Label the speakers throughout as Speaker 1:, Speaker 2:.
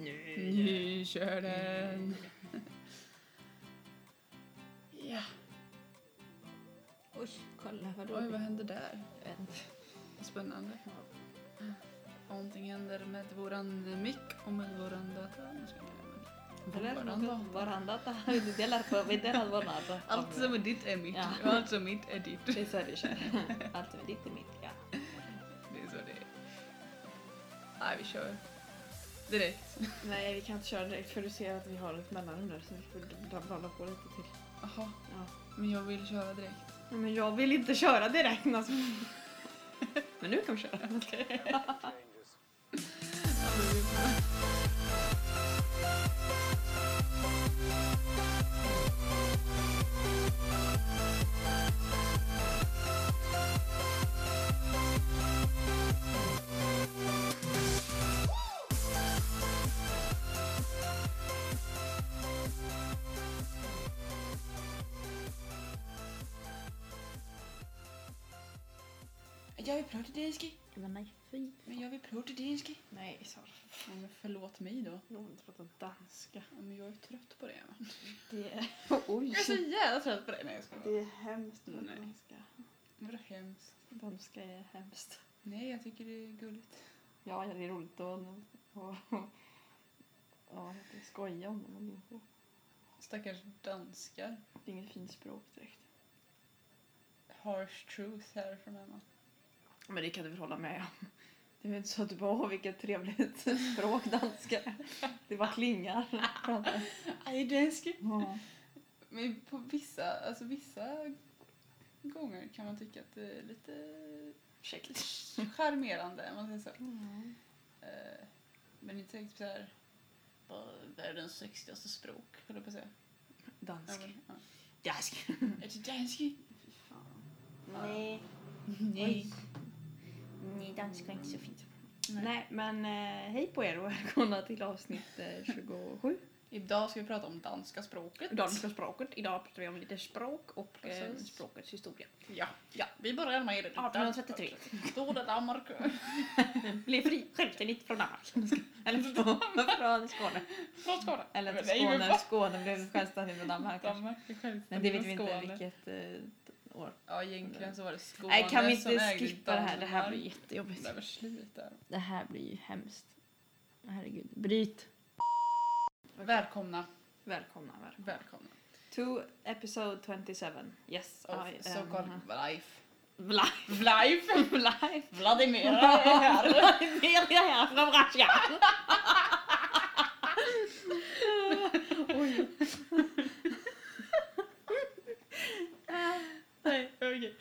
Speaker 1: Nu kör den! Ja,
Speaker 2: Oj, kolla vad
Speaker 1: oj
Speaker 2: roligt.
Speaker 1: vad hände där?
Speaker 2: Jag vet.
Speaker 1: Spännande. Någonting händer med våran mick och med våran data. Nu ska jag
Speaker 2: Det
Speaker 1: göra
Speaker 2: är
Speaker 1: med
Speaker 2: som
Speaker 1: våran data.
Speaker 2: att Varann data vi delar på, vi delar vår data.
Speaker 1: Allt som är ditt är mitt
Speaker 2: Ja.
Speaker 1: och allt som är mitt är ditt.
Speaker 2: Det är så vi kör. Allt som är ditt är mitt, ja.
Speaker 1: Det är så det är. Nej, vi kör. Direkt.
Speaker 2: Nej, vi kan inte köra direkt för du ser att vi har ett mellanrum där så vi får blanda på lite till.
Speaker 1: Jaha,
Speaker 2: Ja.
Speaker 1: men jag vill köra direkt.
Speaker 2: Nej, men jag vill inte köra direkt alltså. Men nu kan vi köra.
Speaker 1: Jag vill prata danska,
Speaker 2: Men nej, fy.
Speaker 1: men jag vill prata danska.
Speaker 2: Nej, Sara.
Speaker 1: men förlåt mig då.
Speaker 2: Jag har inte pratat danska.
Speaker 1: Ja, men jag är trött på det. va?
Speaker 2: Det är... Oj!
Speaker 1: Jag är så jävla trött på det. Nej, jag skojar.
Speaker 2: Det är hemskt med
Speaker 1: Nej.
Speaker 2: danska.
Speaker 1: Vadå hemskt?
Speaker 2: Danska är hemskt.
Speaker 1: Nej, jag tycker det är gulligt.
Speaker 2: Ja, det är roligt att och, och, ja, det är skoja om det, men det är inte-
Speaker 1: Stackars danskar.
Speaker 2: det är inget fint språk direkt.
Speaker 1: Harsh truth här från Emma.
Speaker 2: Men det kan du väl hålla med om? Det är väl inte så att du bara, åh vilket trevligt språk danska är." Det bara klingar.
Speaker 1: Nej, danska.
Speaker 2: Ja.
Speaker 1: Men på vissa, alltså vissa gånger kan man tycka att det är lite
Speaker 2: Ursäkta.
Speaker 1: charmerande, om man säger så.
Speaker 2: Mm.
Speaker 1: Eh, Men inte riktigt såhär världens sexigaste språk, höll jag på att säga. Ja,
Speaker 2: Dansk.
Speaker 1: men, ja.
Speaker 2: Dansk.
Speaker 1: Är det danski?
Speaker 2: Nej.
Speaker 1: Nej.
Speaker 2: Nej, dansk var inte så fint.
Speaker 1: Nej.
Speaker 2: Nej, men eh, hej på er och välkomna till avsnitt eh, 27.
Speaker 1: Idag ska vi prata om danska språket.
Speaker 2: Danska språket. Idag pratar vi om lite språk och eh,
Speaker 1: Precis.
Speaker 2: språkets historia.
Speaker 1: Ja, ja, vi börjar med det.
Speaker 2: 1833.
Speaker 1: Då det Danmark.
Speaker 2: Blev fri självständigt från Danmark. Eller från, från Skåne.
Speaker 1: Från Skåne.
Speaker 2: Eller inte
Speaker 1: Nej, men
Speaker 2: Skåne.
Speaker 1: fan,
Speaker 2: Skåne blev självständigt från Danmark kanske.
Speaker 1: Danmark är självständigt
Speaker 2: Men det vet vi
Speaker 1: från
Speaker 2: inte
Speaker 1: Skåne.
Speaker 2: vilket eh, år.
Speaker 1: Ja, egentligen så var det Skåne
Speaker 2: Nej, kan vi
Speaker 1: som
Speaker 2: inte
Speaker 1: ägde
Speaker 2: skippa det här? Det här blir
Speaker 1: Danmark.
Speaker 2: jättejobbigt.
Speaker 1: Nej, men sluta.
Speaker 2: Det här blir ju hemskt. Herregud. Bryt.
Speaker 1: Välkomna,
Speaker 2: Välkomna, välkomna.
Speaker 1: välkomna.
Speaker 2: To episode 27. Yes.
Speaker 1: Of
Speaker 2: I am-
Speaker 1: so called life.
Speaker 2: Vla-
Speaker 1: Life!
Speaker 2: Live.
Speaker 1: Vladimir är här!
Speaker 2: Ner jag här från Russia. Oj.
Speaker 1: Nej, okej.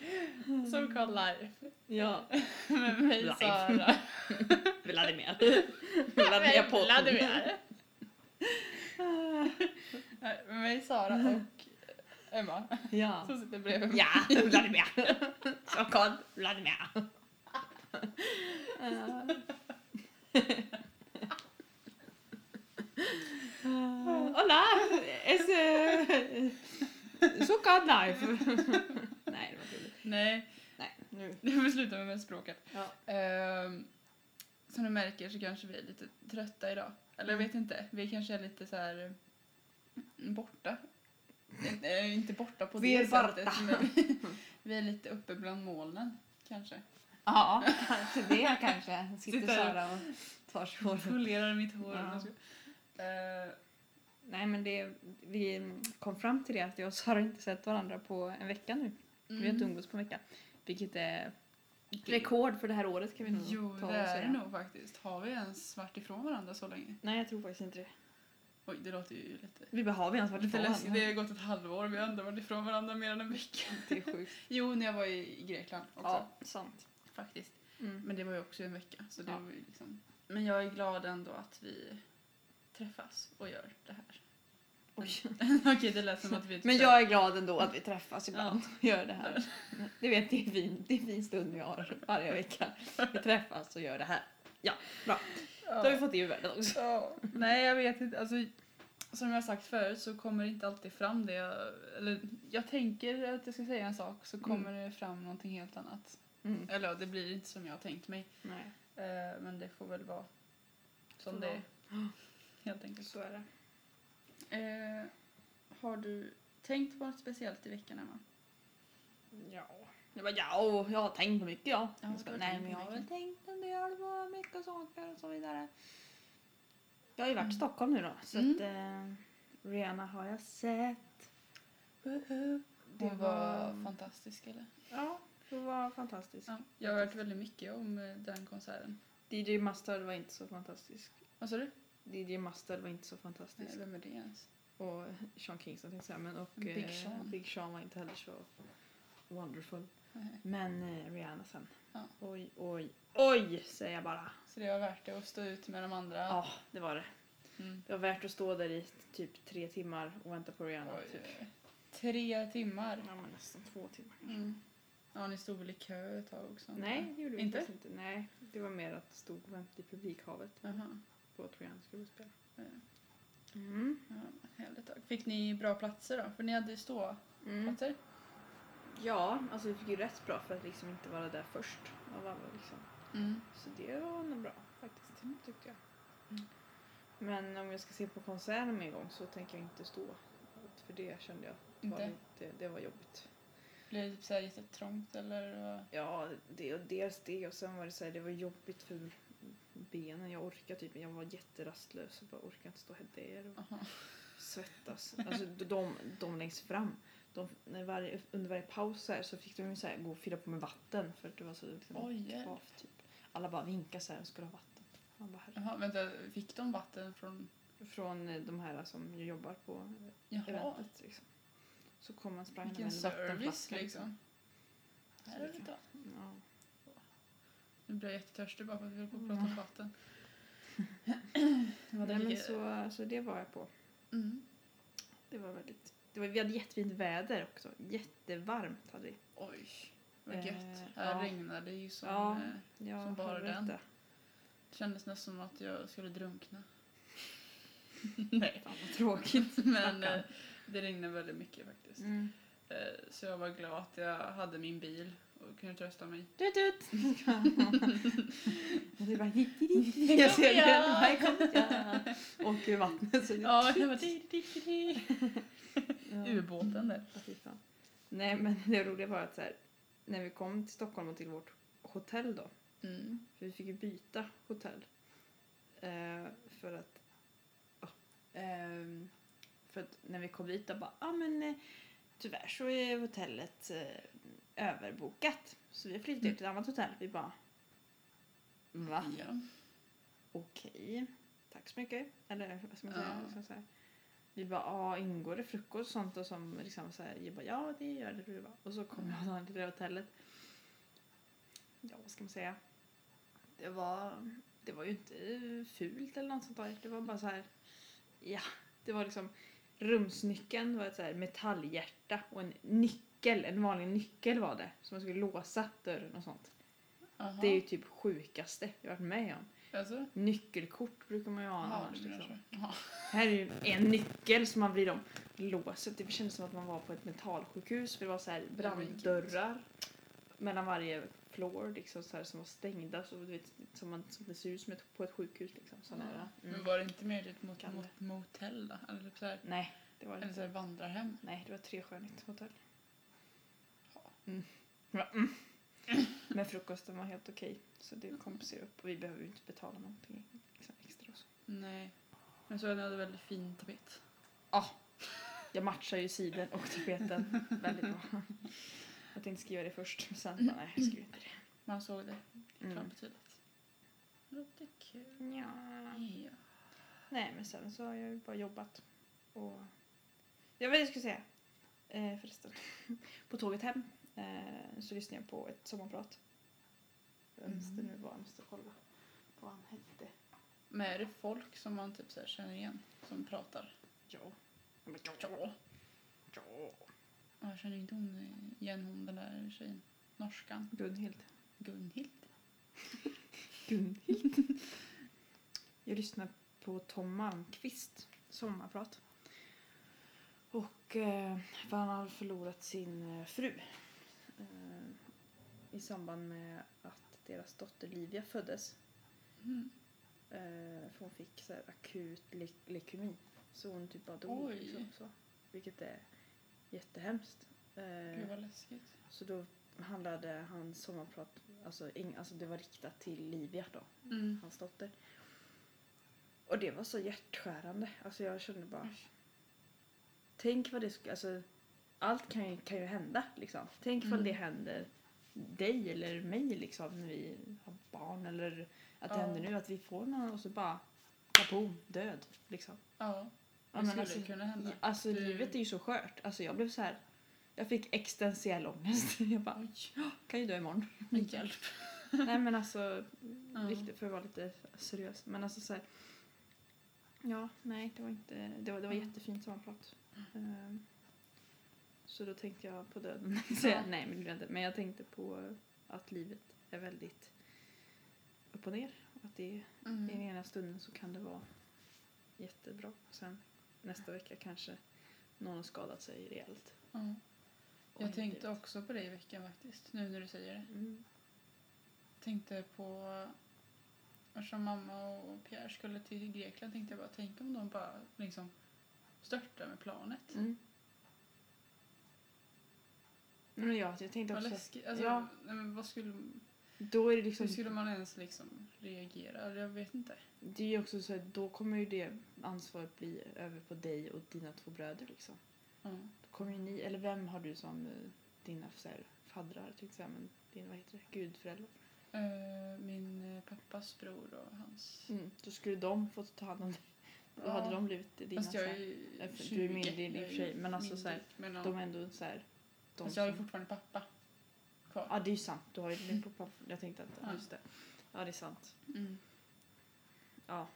Speaker 1: So called life.
Speaker 2: Ja,
Speaker 1: Med mig
Speaker 2: Life.
Speaker 1: Sara.
Speaker 2: Vladimir.
Speaker 1: Med
Speaker 2: Vladimir Putin.
Speaker 1: Vladimir. Nej, Med mig Sara och Emma
Speaker 2: Ja.
Speaker 1: som sitter bredvid mig.
Speaker 2: Ja, Vladimir. Så kallad Vladimir. Eh, Uh, hola! Es, uh, så kallad life. Nej, det var kul.
Speaker 1: Nej,
Speaker 2: Nej, nu.
Speaker 1: nu får vi sluta med språket.
Speaker 2: Ja.
Speaker 1: Ehm, som ni märker så kanske vi är lite trötta idag. Eller
Speaker 2: Mm.
Speaker 1: jag vet inte, vi kanske är lite så här eh, borta. Eh, inte borta på
Speaker 2: Vi
Speaker 1: det
Speaker 2: är borta.
Speaker 1: sättet. men vi är lite uppe bland molnen kanske.
Speaker 2: Ja, kanske det kanske. Sitter
Speaker 1: Sitter-
Speaker 2: Sara och tar sig håret.
Speaker 1: Polerar mitt hår.
Speaker 2: Ja.
Speaker 1: Eh,
Speaker 2: Nej, men det, vi kom fram till det att jag och Sara inte sett varandra på en vecka nu. Vi har
Speaker 1: mm,
Speaker 2: inte umgåtts på en vecka. Vilket är rekord för det här året kan vi nog
Speaker 1: Jo,
Speaker 2: Mm, ta
Speaker 1: det
Speaker 2: och
Speaker 1: är
Speaker 2: säga.
Speaker 1: det nog faktiskt. Har vi ens varit ifrån varandra så länge?
Speaker 2: Nej, jag tror faktiskt inte det.
Speaker 1: Oj, det låter ju lite...
Speaker 2: Vi bara, har vi ens varit
Speaker 1: Lite
Speaker 2: ifrån
Speaker 1: läskigt.
Speaker 2: varandra?
Speaker 1: Det har gått ett halvår, vi har ändå varit ifrån varandra mer än en vecka.
Speaker 2: Det är sjukt.
Speaker 1: Jo, när jag var i i Grekland också.
Speaker 2: Ja, sant.
Speaker 1: Faktiskt.
Speaker 2: Mm.
Speaker 1: Men det var ju också en vecka. Så det
Speaker 2: Ja.
Speaker 1: var ju liksom... Men jag är glad ändå att vi träffas och gör det här.
Speaker 2: Oj.
Speaker 1: Okej, det lät som att vi...
Speaker 2: Men jag är glad ändå att vi träffas ibland och gör det här. Du vet, det är en fin, det är en fin stund vi har varje vecka. Vi träffas och gör det här. Då har vi
Speaker 1: Ja.
Speaker 2: fått det ur världen också.
Speaker 1: Ja. Nej, jag vet inte. Alltså, som jag har sagt förut så kommer det inte alltid fram det jag... Eller jag tänker att jag ska säga en sak så kommer det fram någonting helt annat.
Speaker 2: Mm.
Speaker 1: Eller ja, det blir inte som jag har tänkt mig.
Speaker 2: Nej.
Speaker 1: Eh, men det får väl vara som det är. helt enkelt.
Speaker 2: Så är det.
Speaker 1: Eh, har du tänkt på något speciellt i veckan, Emma?
Speaker 2: Ja. Det var ja, jag har tänkt på mycket ja.
Speaker 1: Ja,
Speaker 2: Jag ska-
Speaker 1: du har
Speaker 2: nej
Speaker 1: tänkt
Speaker 2: men
Speaker 1: på
Speaker 2: jag har väl
Speaker 1: mycket.
Speaker 2: tänkt en del på mycket saker och så vidare. Jag har ju varit i
Speaker 1: Mm.
Speaker 2: Stockholm nu då så
Speaker 1: Mm.
Speaker 2: att eh, Rihanna har jag sett.
Speaker 1: Det var, fantastisk, eller?
Speaker 2: Ja, det var fantastiskt.
Speaker 1: Ja. Jag har hört väldigt mycket om eh, den konserten.
Speaker 2: DJ Mustard var inte så fantastisk.
Speaker 1: Vad sa du?
Speaker 2: DJ Mustard var inte så
Speaker 1: Nej,
Speaker 2: fantastisk.
Speaker 1: Eh, Vem är det ens?
Speaker 2: Och Sean Kingston tänkte jag säga men och
Speaker 1: Big
Speaker 2: eh,
Speaker 1: Sean.
Speaker 2: Big Sean var inte heller så wonderful.
Speaker 1: Nej.
Speaker 2: Men eh, Rihanna sen.
Speaker 1: Ja.
Speaker 2: Oj, oj, oj säger jag bara.
Speaker 1: Så det var värt det att stå ut med de andra?
Speaker 2: Ja, det var det.
Speaker 1: Mm.
Speaker 2: Det var värt att stå där i typ tre timmar och vänta på Rihanna.
Speaker 1: Oj,
Speaker 2: typ.
Speaker 1: oj, oj. Tre timmar.
Speaker 2: Ja, men nästan två timmar kanske.
Speaker 1: Mm. Ja, ni stod väl i kö ett tag också? antar jag.
Speaker 2: Nej, det gjorde vi
Speaker 1: Inte?
Speaker 2: faktiskt inte. Nej, det var mer att det stod och väntade i publikhavet
Speaker 1: Jaha.
Speaker 2: på att Rihanna skulle spela.
Speaker 1: Ja.
Speaker 2: Mm.
Speaker 1: Ja, härligt tag. Fick ni bra platser då? För ni hade ju ståplatser.
Speaker 2: Mm. Ja, alltså vi fick ju rätt bra för att liksom inte vara där först av alla liksom.
Speaker 1: Mm.
Speaker 2: Så det var nog bra faktiskt, tyckte jag.
Speaker 1: Mm.
Speaker 2: Men om jag ska se på konsert med en gång så tänker jag inte stå. För det kände jag var
Speaker 1: Inte?
Speaker 2: lite, det var jobbigt.
Speaker 1: Blev det typ så här jättetrångt eller? vad?
Speaker 2: Ja, det, och dels det och sen var det så här, det var jobbigt för benen. Jag orkade typ, jag var jätterastlös och bara orkade inte stå här där och
Speaker 1: Aha.
Speaker 2: svettas. Alltså de, de längst fram, de, när varje, under varje paus så, här, så fick de ju så här, gå och fylla på med vatten för att det var så liksom,
Speaker 1: Oj, hjälp.
Speaker 2: kvavt, typ. Alla bara vinkade så här och skulle ha vatten. Man bara, "Herre."
Speaker 1: Jaha, vänta, fick de vatten från...
Speaker 2: Från eh, de här som ju jobbar på
Speaker 1: Jaha,
Speaker 2: eventet liksom. Så kom man sprang
Speaker 1: vilken service liksom. Här har du ta.
Speaker 2: Ja.
Speaker 1: Nu blir jag jättetörstig bara för att vi höll på att prata om vatten. Vad
Speaker 2: Nej, men
Speaker 1: dricker-
Speaker 2: så, så det var jag på.
Speaker 1: Mm.
Speaker 2: Det var väldigt... Det var, vi hade jättefint väder också. Jättevarmt hade vi.
Speaker 1: Oj, vad
Speaker 2: Eh,
Speaker 1: gött. Här
Speaker 2: ja.
Speaker 1: regnade ju som...
Speaker 2: Ja.
Speaker 1: eh,
Speaker 2: Ja,
Speaker 1: Som bara
Speaker 2: helvete.
Speaker 1: kändes nästan som att jag skulle drunkna. Nej.
Speaker 2: Fan vad tråkigt.
Speaker 1: Men
Speaker 2: Stackarn.
Speaker 1: eh, det regnade väldigt mycket faktiskt.
Speaker 2: Mm.
Speaker 1: Eh, Så jag var glad att jag hade min bil och kunde trösta mig.
Speaker 2: Tut tut! Och det bara... hit, hit, hit. Jag ser det. Här kommer jag. Åker i vattnet. Så det,
Speaker 1: Ja, det var di, di, di, di.
Speaker 2: ja.
Speaker 1: ubåten där.
Speaker 2: Ja, fy fan. Nej men det roliga var att så här, när vi kom till Stockholm och till vårt hotell då.
Speaker 1: Mm.
Speaker 2: För vi fick ju byta hotell. Eh, för att... ja, ehm, för att när vi kom dit då bara, ja ah, men eh, tyvärr så är hotellet eh, överbokat. Så vi har flyttat ut till ett annat hotell. Vi bara, va?
Speaker 1: Ja.
Speaker 2: Okej, tack så mycket. Eller vad ska man säga?
Speaker 1: Ja.
Speaker 2: Liksom så här. Vi bara, ah, ingår det frukost och sånt? Och som liksom så här, jag bara, ja det gör det. Vi bara. Och så kom jag dagen till det hotellet. Ja, vad ska man säga? Det var, det var ju inte fult eller något sånt där. Det var bara så här, ja. Det var liksom, rumsnyckeln var ett så här metallhjärta och en nyckel, en vanlig nyckel var det. Som man skulle låsa dörren och sånt.
Speaker 1: Aha.
Speaker 2: Det är ju typ sjukaste jag varit med om.
Speaker 1: Alltså?
Speaker 2: Nyckelkort brukar man ju ha
Speaker 1: Ja,
Speaker 2: annars.
Speaker 1: det menar
Speaker 2: Liksom.
Speaker 1: jag. Ja.
Speaker 2: Här är ju en nyckel som man vrider om låset. Det kändes som att man var på ett mentalsjukhus för det var så här branddörrar mellan varje floor liksom så här, som var stängda. Så du vet, som, man, som det ser ut som ett, på ett sjukhus. Liksom, sådana
Speaker 1: Ja.
Speaker 2: där.
Speaker 1: Men
Speaker 2: Mm.
Speaker 1: var det inte mer ett mot,
Speaker 2: Kalle.
Speaker 1: mot motell då? Eller typ så här,
Speaker 2: Nej, det var det
Speaker 1: eller så
Speaker 2: inte.
Speaker 1: här vandrarhem?
Speaker 2: Nej, det var ett trestjärnigt hotell.
Speaker 1: Ja.
Speaker 2: Mm. Va, mm. Men frukosten var helt okej så det kompenserar upp och vi behöver ju inte betala någonting liksom, extra. Och så.
Speaker 1: Nej. Men så att ni hade väldigt fin tapet.
Speaker 2: Jag matchar ju siden och tapeten väldigt bra. Jag tänkte skriva det först, men sen bara, nej, jag skriver inte det.
Speaker 1: Man såg det klart
Speaker 2: Mm.
Speaker 1: och tydligt. Låter kul.
Speaker 2: Ja.
Speaker 1: Ja.
Speaker 2: Nej, men sen så har jag ju bara jobbat och... Jag vet vad jag skulle säga. Eh, förresten. På tåget hem eh, så lyssnade jag på ett sommarprat. Jag måste
Speaker 1: Mm.
Speaker 2: nu bara, jag måste kolla på vad han hette.
Speaker 1: Men är det folk som man typ så här känner igen som pratar?
Speaker 2: Ja. Ja, men ja,
Speaker 1: Ja.
Speaker 2: ja.
Speaker 1: Ja, Jag känner inte hon eh, igen hon den där tjejen. Norskan.
Speaker 2: Gunhild.
Speaker 1: Gunhild.
Speaker 2: Gunhild. Jag lyssnar på Tom Malmqvist sommarprat. Och eh, för han har förlorat sin eh, fru. Eh, I samband med att deras dotter Livia föddes.
Speaker 1: Mm.
Speaker 2: Eh, för hon fick så här, akut le- leukemi. Så hon typ bara dog.
Speaker 1: Oj.
Speaker 2: Liksom, så. Vilket är jättehemskt. Eh,
Speaker 1: Gud vad läskigt.
Speaker 2: så då handlade hans sommarprat, alltså, ing, alltså det var riktat till Livia då,
Speaker 1: Mm.
Speaker 2: hans dotter. Och det var så hjärtskärande. Alltså jag kände bara,
Speaker 1: Usch.
Speaker 2: tänk vad det skulle, alltså allt kan ju, kan ju hända liksom. Tänk ifall
Speaker 1: Mm.
Speaker 2: det händer dig eller mig liksom när vi har barn eller att det
Speaker 1: Ja.
Speaker 2: händer nu att vi får någon och så bara kaboom, död liksom.
Speaker 1: Ja,
Speaker 2: Ja,
Speaker 1: det
Speaker 2: men
Speaker 1: skulle
Speaker 2: alltså,
Speaker 1: kunna hända.
Speaker 2: Alltså
Speaker 1: Du-
Speaker 2: livet är ju så skört. Alltså jag blev så här. Jag fick existentiell ångest. Jag bara,
Speaker 1: Oj,
Speaker 2: kan ju dö imorgon.
Speaker 1: men hjälp.
Speaker 2: Nej men alltså,
Speaker 1: Ja.
Speaker 2: riktigt, för att vara lite seriös. Men alltså så här, Ja, nej det var inte, det var, det var
Speaker 1: Mm.
Speaker 2: jättefint sammanprat. Ehm, så då tänkte jag på döden. så jag, nej men det gjorde jag inte. Men jag tänkte på att livet är väldigt upp och ner. Och att det, i den
Speaker 1: Mm.
Speaker 2: ena stunden så kan det vara jättebra. Sen nästa vecka kanske någon har skadat sig rejält.
Speaker 1: Ja.
Speaker 2: Och
Speaker 1: Jag
Speaker 2: hit dit.
Speaker 1: tänkte också på det i veckan faktiskt, nu när du säger det.
Speaker 2: Mm.
Speaker 1: Tänkte på... Eftersom mamma och Pierre skulle till Grekland tänkte jag bara, tänk om de bara liksom störtar med planet.
Speaker 2: Mm. Men ja, jag tänkte
Speaker 1: Vad
Speaker 2: också
Speaker 1: läskigt. Alltså,
Speaker 2: Ja.
Speaker 1: nej, men vad skulle,
Speaker 2: Då är det liksom,
Speaker 1: hur skulle man ens liksom reagera? Eller Jag vet inte.
Speaker 2: det är ju också så här, då kommer ju det ansvaret bli över på dig och dina två bröder liksom.
Speaker 1: Mm.
Speaker 2: Då kommer ju ni, eller vem har du som eh, dina så här, faddrar tänkte jag säga, men din, vad heter det, gudföräldrar?
Speaker 1: Eh, Min eh, pappas bror och hans...
Speaker 2: Mm. Då skulle de få ta hand om dig. Då hade
Speaker 1: Ja.
Speaker 2: de blivit dina
Speaker 1: Fast jag är
Speaker 2: så här,
Speaker 1: ju
Speaker 2: Nej, för du är
Speaker 1: 20,
Speaker 2: myndig i och för
Speaker 1: jag är
Speaker 2: sig, men alltså
Speaker 1: myndig,
Speaker 2: så här,
Speaker 1: men, ja.
Speaker 2: de är ändå så här, de
Speaker 1: Fast jag har ju
Speaker 2: som-
Speaker 1: fortfarande pappa kvar.
Speaker 2: Ja det är ju sant, du har ju din pappa, jag tänkte att, ja.
Speaker 1: Ja.
Speaker 2: just det. Ja det är sant.
Speaker 1: Mm.
Speaker 2: Ja.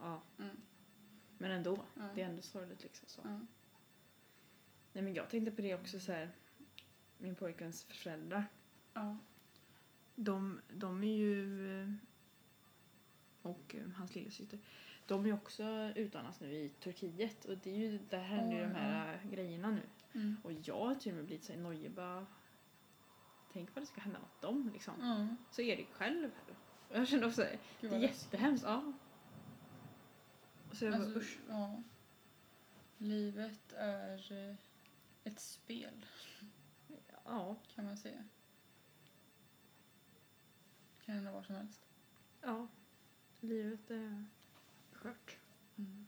Speaker 2: ja.
Speaker 1: Mm.
Speaker 2: Men ändå,
Speaker 1: Ja.
Speaker 2: det är ändå sorgligt liksom. Så.
Speaker 1: Ja.
Speaker 2: Nej men jag tänkte på det också så här. Min pojkväns föräldrar.
Speaker 1: Ja.
Speaker 2: De, de är ju... eh, Och eh, hans lillasyster. De är ju också utomlands nu i Turkiet. Och det är ju, där händer ju
Speaker 1: Oj,
Speaker 2: de här eh, grejerna nu.
Speaker 1: Mm.
Speaker 2: Och jag har till och med blivit så här nojig bara... Tänk vad det ska hända åt dem liksom.
Speaker 1: Mm.
Speaker 2: Så är det själv. Och Jag känner också så här,
Speaker 1: Gud,
Speaker 2: det är
Speaker 1: vad
Speaker 2: jättehemskt. Ja. Och så jag bara,
Speaker 1: Alltså,
Speaker 2: usch.
Speaker 1: ja. Livet är eh, ett spel,
Speaker 2: Ja.
Speaker 1: kan man säga. Kan hända var som helst.
Speaker 2: Ja. Livet är skört. Mm.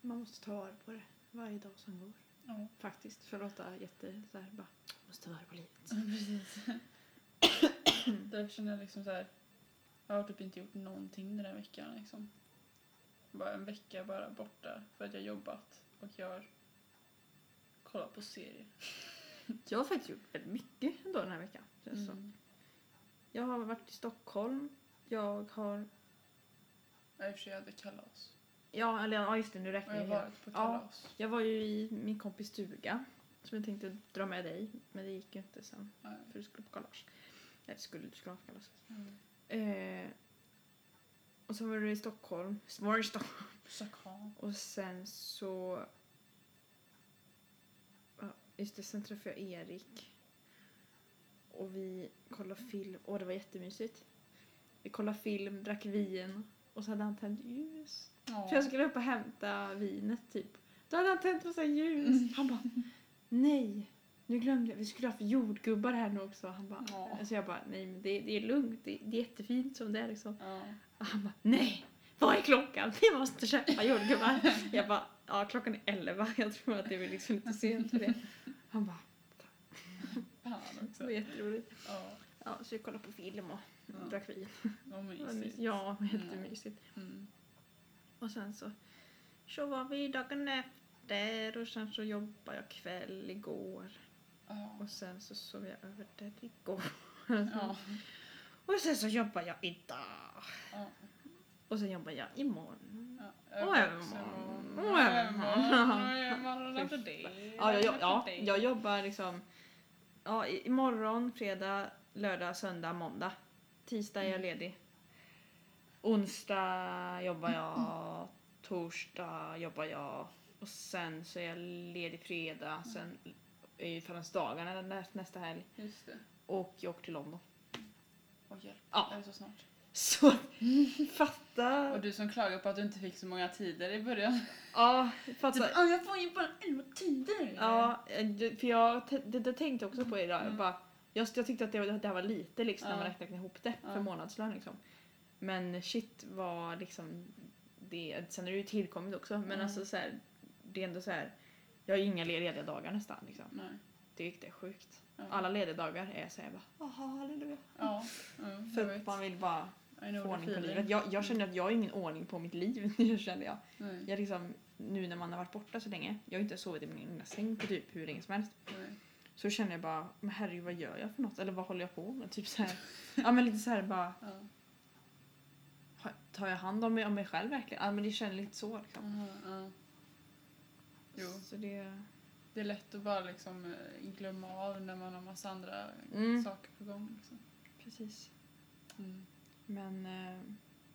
Speaker 2: Man måste ta vara på det varje dag som går.
Speaker 1: Ja,
Speaker 2: Faktiskt, för att låta jätte så här, bara, måste ta vara på livet.
Speaker 1: precis. Därför känner jag liksom så här... Jag har typ inte gjort någonting den här veckan. Liksom. Bara en vecka bara borta för att jag har jobbat och jag har kollat på serier.
Speaker 2: Jag har faktiskt gjort väldigt mycket ändå den här veckan. känns det som.
Speaker 1: Mm.
Speaker 2: Jag har varit i Stockholm. Jag har...
Speaker 1: Ja, i och för sig, jag hade kalas.
Speaker 2: Ja, eller ja, just det, nu
Speaker 1: Och
Speaker 2: räknar
Speaker 1: jag har
Speaker 2: jag. Jag,
Speaker 1: varit på
Speaker 2: Ja.
Speaker 1: kalas.
Speaker 2: jag var ju i min kompis stuga som jag tänkte dra med dig, men det gick ju inte sen
Speaker 1: Nej.
Speaker 2: för du skulle på kalas. Eller skulle, du skulle ha på kalas.
Speaker 1: Mm.
Speaker 2: Eh, och så var du i Stockholm. Var du i Stockholm?
Speaker 1: Sakhan.
Speaker 2: Och sen så... Ja, just det, sen träffade jag Erik. Och vi kollade film. Åh, det var jättemysigt. Vi kollade film, drack vin och så hade han tänt ljus.
Speaker 1: Ja.
Speaker 2: För jag skulle upp och hämta vinet typ. Då hade han tänt massa ljus. Han bara, nej, nu glömde jag. Vi skulle ha för jordgubbar här nu också. Han bara,
Speaker 1: Ja.
Speaker 2: så jag bara, nej men det, det är lugnt. Det, det är jättefint som det är liksom.
Speaker 1: Ja.
Speaker 2: Och han bara, nej! Vad är klockan? Vi måste köpa jordgubbar. Jag bara, ja klockan är elva. Jag tror att det är liksom lite sent för det. Han bara,
Speaker 1: Fan
Speaker 2: det var
Speaker 1: också.
Speaker 2: jätteroligt.
Speaker 1: Ja.
Speaker 2: Ja, så vi kollade på film och
Speaker 1: Ja.
Speaker 2: drack vin.
Speaker 1: Vad mysigt.
Speaker 2: Ja, jättemysigt.
Speaker 1: Mm.
Speaker 2: Och sen så, så var vi dagen efter och sen så jobbade jag kväll igår.
Speaker 1: Ja.
Speaker 2: Och sen så sov jag över där igår.
Speaker 1: Ja.
Speaker 2: Och sen så jobbar jag idag.
Speaker 1: Ja.
Speaker 2: Och sen jobbar jag imorgon.
Speaker 1: Ja.
Speaker 2: Och övermorgon. Och övermorgon.
Speaker 1: Och övermorgon efter det.
Speaker 2: Ja, jag, ja,
Speaker 1: Efter det.
Speaker 2: jag jobbar liksom... Ja, i- imorgon, fredag, lördag, söndag, måndag. Tisdag är
Speaker 1: Mm.
Speaker 2: jag ledig. Onsdag jobbar jag, torsdag jobbar jag och sen så är jag ledig fredag. Sen är ju Föräldradagarna nä- nästa helg
Speaker 1: Just det.
Speaker 2: och jag åker till London.
Speaker 1: Och hjälp.
Speaker 2: Ja.
Speaker 1: Är det så snart?
Speaker 2: Så fatta.
Speaker 1: Mm. Och du som klagar på att du inte fick så många tider i början.
Speaker 2: Ja,
Speaker 1: Typ,
Speaker 2: fatta.
Speaker 1: "Ah, jag får ju bara 11 tider!
Speaker 2: Alltså- Ja, det- för jag t- det, det tänkte jag också på idag. Jag,
Speaker 1: Mm.
Speaker 2: bara, jag, jag tyckte att det, var- det här var lite liksom, när
Speaker 1: Ja.
Speaker 2: man räknade ihop det för
Speaker 1: Ja.
Speaker 2: månadslön. Liksom. Men shit var liksom det. Sen är det ju tillkommit också. Men
Speaker 1: Mm.
Speaker 2: alltså så här, det är ändå så här. Jag har ju inga lediga dagar nästan. Liksom.
Speaker 1: Nej.
Speaker 2: Det är det är sjukt.
Speaker 1: Ja.
Speaker 2: Alla lediga dagar är så här bara, aha, halleluja.
Speaker 1: Ja. Mm, jag
Speaker 2: För
Speaker 1: vet.
Speaker 2: man vill bara
Speaker 1: I know
Speaker 2: få
Speaker 1: the
Speaker 2: ordning på
Speaker 1: feeling.
Speaker 2: livet. Jag, jag känner att jag har ingen ordning på mitt liv nu känner jag.
Speaker 1: Nej,
Speaker 2: Jag liksom, nu när man har varit borta så länge, jag har ju inte sovit i min egna säng på typ hur länge som helst.
Speaker 1: nej.
Speaker 2: Så känner jag bara, men herregud vad gör jag för något? Eller vad håller jag på med? Typ så här. Ja men lite så här bara,
Speaker 1: Ja.
Speaker 2: ha- tar jag hand om mig, om mig själv verkligen? Ja men det känner lite så liksom.
Speaker 1: Aha, ja. Jo,
Speaker 2: Så det...
Speaker 1: det är lätt att bara liksom eh, glömma av när man har massa andra
Speaker 2: Mm,
Speaker 1: saker på gång. Liksom.
Speaker 2: precis.
Speaker 1: Mm.
Speaker 2: Men eh,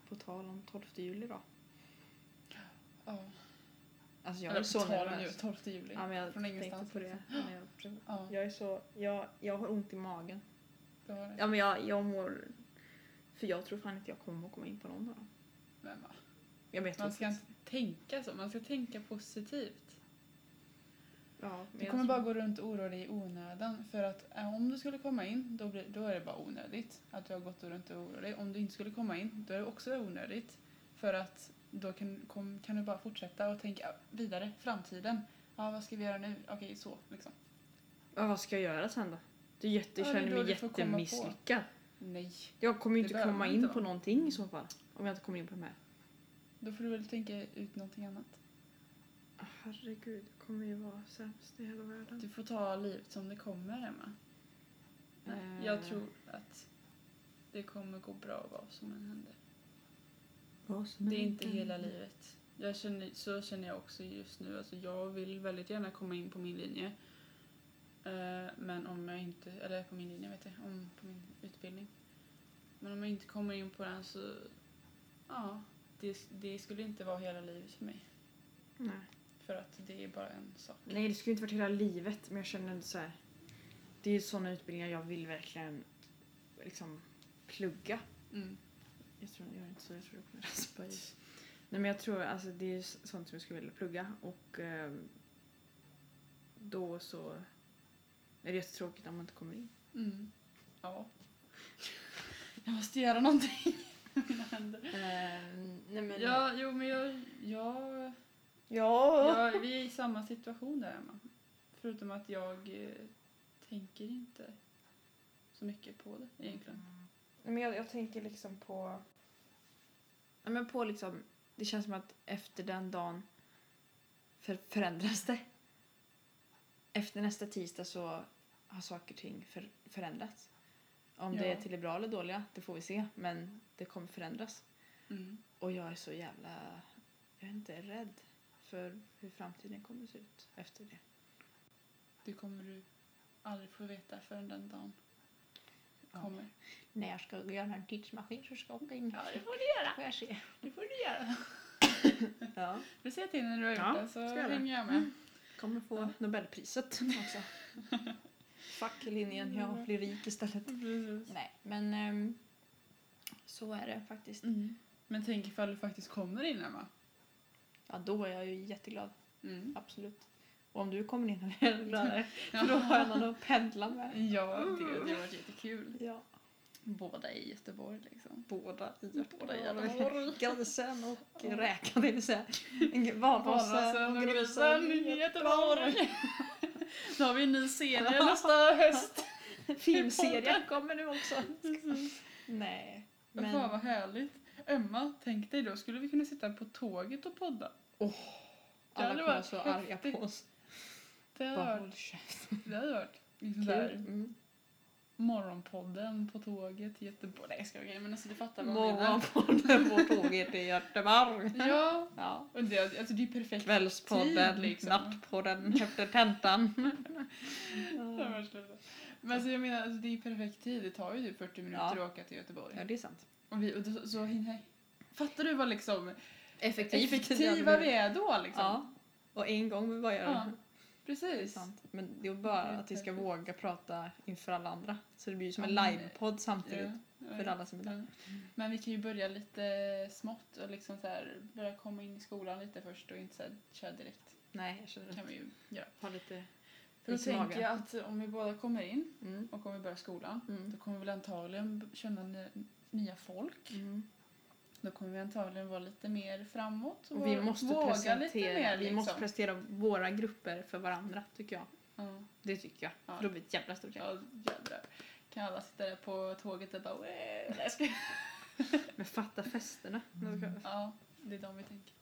Speaker 2: på tal om 12 juli då.
Speaker 1: Ja.
Speaker 2: Alltså jag är
Speaker 1: Eller
Speaker 2: så
Speaker 1: på tal om ju,
Speaker 2: nervös.
Speaker 1: 12 juli.
Speaker 2: Ja men jag
Speaker 1: Från
Speaker 2: tänkte
Speaker 1: ingenstans, liksom.
Speaker 2: på det. när jag-
Speaker 1: Ja,
Speaker 2: Jag är så, jag, jag har ont i magen.
Speaker 1: det var det.
Speaker 2: Ja men jag, jag mår... För jag tror fan inte jag kommer att komma in på någon av dem.
Speaker 1: Men, va,
Speaker 2: Jag vet
Speaker 1: man
Speaker 2: inte.
Speaker 1: ska inte tänka så, man ska tänka positivt.
Speaker 2: Ja, men
Speaker 1: Du
Speaker 2: jag
Speaker 1: kommer
Speaker 2: tror-
Speaker 1: bara gå runt och oroa dig i onödan. För att eh, om du skulle komma in, då, blir, då är det bara onödigt att du har gått runt och oroat dig. Om du inte skulle komma in, då är det också onödigt. För att då kan, kom, kan du bara fortsätta och tänka vidare, framtiden. Ja, vad ska vi göra nu? Okej, så liksom.
Speaker 2: Ja, vad ska jag göra sen då? Du jätte,
Speaker 1: Ja, det är
Speaker 2: känner
Speaker 1: då
Speaker 2: mig
Speaker 1: du får komma på.
Speaker 2: jättemisslyckad.
Speaker 1: Nej.
Speaker 2: Jag kommer ju
Speaker 1: Det
Speaker 2: inte
Speaker 1: behöver
Speaker 2: komma
Speaker 1: man
Speaker 2: in
Speaker 1: inte
Speaker 2: på
Speaker 1: vara.
Speaker 2: någonting i så fall. Om jag inte kommer in på de här.
Speaker 1: Då får du väl tänka ut någonting annat. Ah,
Speaker 2: Herregud, jag kommer ju vara sämst i hela världen.
Speaker 1: Du får ta livet som det kommer, Emma.
Speaker 2: Eh.
Speaker 1: Jag tror att det kommer gå bra vad som än händer. Det är inte hela livet. Jag känner, så känner jag också just nu. Alltså jag vill väldigt gärna komma in på min linje. Eh, Men om jag inte, eller på min linje vet jag, om på min utbildning. Men om jag inte kommer in på den så, ja, det, det skulle inte vara hela livet för mig.
Speaker 2: Nej.
Speaker 1: För att det är bara en sak.
Speaker 2: Nej, det skulle inte varit hela livet. Men jag känner ändå så här. Det är ju sådana utbildningar jag vill verkligen liksom plugga.
Speaker 1: Mm.
Speaker 2: Jag tror jag är inte så, jag tror jag kommer raspa i. Nej men jag tror, alltså det är ju s- sånt som jag skulle vilja plugga och ehm, då så är det jättetråkigt om man inte kommer in.
Speaker 1: Mm. Ja. Jag måste göra någonting med mina händer.
Speaker 2: nej men...
Speaker 1: Ja, jo Ehm, men jag, jag
Speaker 2: ja.
Speaker 1: Ja, vi är i samma situation där Emma. Förutom att jag eh, tänker inte så mycket på det egentligen.
Speaker 2: Nej, men jag, jag tänker liksom på... Ja, men på liksom, det känns som att efter den dagen för, förändras det. Efter nästa tisdag så har saker och ting för, förändrats. Om det
Speaker 1: Ja.
Speaker 2: är till det bra eller dåliga, det får vi se. Men det kommer förändras.
Speaker 1: Mm.
Speaker 2: Och jag är så jävla... Jag är inte rädd för hur framtiden kommer se ut efter det.
Speaker 1: Det kommer du aldrig få veta förrän den dagen
Speaker 2: Ja.
Speaker 1: kommer.
Speaker 2: När jag ska göra en tidsmaskin så ska jag åka in.
Speaker 1: Ja, det får du göra.
Speaker 2: får jag se.
Speaker 1: Det får du göra.
Speaker 2: Ja.
Speaker 1: Du ser till när du har gjort
Speaker 2: Ja,
Speaker 1: det
Speaker 2: ska
Speaker 1: så
Speaker 2: jag göra.
Speaker 1: hänger jag med.
Speaker 2: Kommer få
Speaker 1: Ja.
Speaker 2: Nobelpriset också. Fuck linjen, jag blir rik istället.
Speaker 1: Mm, Precis.
Speaker 2: Nej, men ehm, så är det faktiskt.
Speaker 1: Mm. Men tänk ifall du faktiskt kommer in Emma.
Speaker 2: Ja, då är jag ju jätteglad.
Speaker 1: Mm.
Speaker 2: Absolut. Och om du kommer in är jag gladare. För då har jag någon att pendla med.
Speaker 1: Ja, det, det har varit jättekul.
Speaker 2: Mm. Ja,
Speaker 1: Båda i Göteborg liksom.
Speaker 2: båda i
Speaker 1: Båda i Göteborg.
Speaker 2: Grisen och räkan, det vill säga. Valrossen och grisen i Göteborg.
Speaker 1: Då har vi en ny serie nästa höst.
Speaker 2: Filmserien kommer nu också. Mm. Nej.
Speaker 1: Men... Fan vad härligt. Emma, tänk dig då skulle vi kunna sitta på tåget och podda. Det
Speaker 2: Alla
Speaker 1: hade
Speaker 2: kommer vara
Speaker 1: varit
Speaker 2: så arga på
Speaker 1: häftigt.
Speaker 2: oss. Bara
Speaker 1: Det hade
Speaker 2: håll
Speaker 1: varit,
Speaker 2: käften.
Speaker 1: det hade varit liksom
Speaker 2: Kul.
Speaker 1: så här,
Speaker 2: Mm.
Speaker 1: morgonpodden på tåget i Göteborg. Nej jag skojar, men alltså du fattar vad jag menar.
Speaker 2: Morgonpodden på tåget i Göteborg.
Speaker 1: Ja,
Speaker 2: Ja.
Speaker 1: och det, alltså det är ju perfekt.
Speaker 2: Kvällspodden,
Speaker 1: Tid, liksom.
Speaker 2: nattpodden efter tentan.
Speaker 1: Ja, men sluta. Men alltså jag menar, alltså, det är ju perfekt tid. Det tar ju typ 40 minuter
Speaker 2: Ja.
Speaker 1: att åka till Göteborg.
Speaker 2: Ja, det är sant.
Speaker 1: Och, vi, och då, så hinner Fattar du vad liksom
Speaker 2: Effektivt.
Speaker 1: effektiva vi är då liksom?
Speaker 2: Ja. Och en gång var jag
Speaker 1: Ja. Precis.
Speaker 2: Sant. Men det är bara att vi ska
Speaker 1: Perfekt.
Speaker 2: våga prata inför alla andra. Så det blir ju som en
Speaker 1: Ja, men-
Speaker 2: livepodd samtidigt
Speaker 1: Ja,
Speaker 2: för
Speaker 1: ja.
Speaker 2: alla som är där.
Speaker 1: Ja. Men vi kan ju börja lite smått och liksom så här börja komma in i skolan lite först och inte så här, köra direkt.
Speaker 2: Nej, jag känner
Speaker 1: Det
Speaker 2: att
Speaker 1: kan vi ju göra.
Speaker 2: ha lite
Speaker 1: För då
Speaker 2: is Mm. i magen.
Speaker 1: tänker jag att om vi båda kommer in
Speaker 2: Mm.
Speaker 1: och om vi börjar skolan då
Speaker 2: Mm.
Speaker 1: kommer vi väl antagligen b- känna ny- nya folk.
Speaker 2: Mm.
Speaker 1: Då kommer vi antagligen vara lite mer framåt
Speaker 2: Och vi
Speaker 1: vå-
Speaker 2: måste presentera, vi måste
Speaker 1: liksom.
Speaker 2: presentera våra grupper för varandra tycker jag.
Speaker 1: ja.
Speaker 2: Det tycker jag.
Speaker 1: Ja.
Speaker 2: För då blir det ett jävla stort gäng.
Speaker 1: ja, jädrar. Kan alla sitta där på tåget och bara "Wow", nej, jag skojar.
Speaker 2: Men fatta festerna. Jag skojar.
Speaker 1: Ja, det är de vi tänker.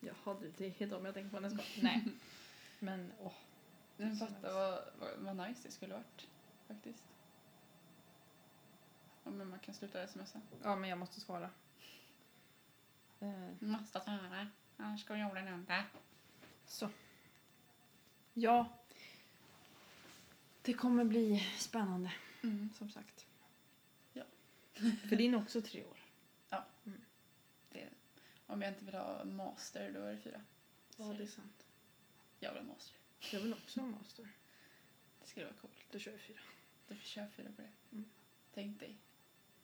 Speaker 2: Jaha du, det är de jag tänker på när jag ska. Nej. Men åh.
Speaker 1: Men
Speaker 2: Så
Speaker 1: fatta
Speaker 2: nice.
Speaker 1: vad, vad, vad nice det skulle varit faktiskt. Ja, men man kan sluta smsa.
Speaker 2: Ja men jag måste svara. Eh,
Speaker 1: Måste svara, annars går jorden under.
Speaker 2: Så. Ja. Det kommer bli spännande,
Speaker 1: Mm.
Speaker 2: som sagt.
Speaker 1: Ja.
Speaker 2: För din är också tre år.
Speaker 1: Det, om jag inte vill ha master då är det fyra. Så
Speaker 2: sant.
Speaker 1: Jag vill ha master.
Speaker 2: Jag vill också ha master.
Speaker 1: Det skulle vara coolt.
Speaker 2: Då kör vi fyra.
Speaker 1: Då får vi köra fyra på det.
Speaker 2: Mm.
Speaker 1: Tänk dig.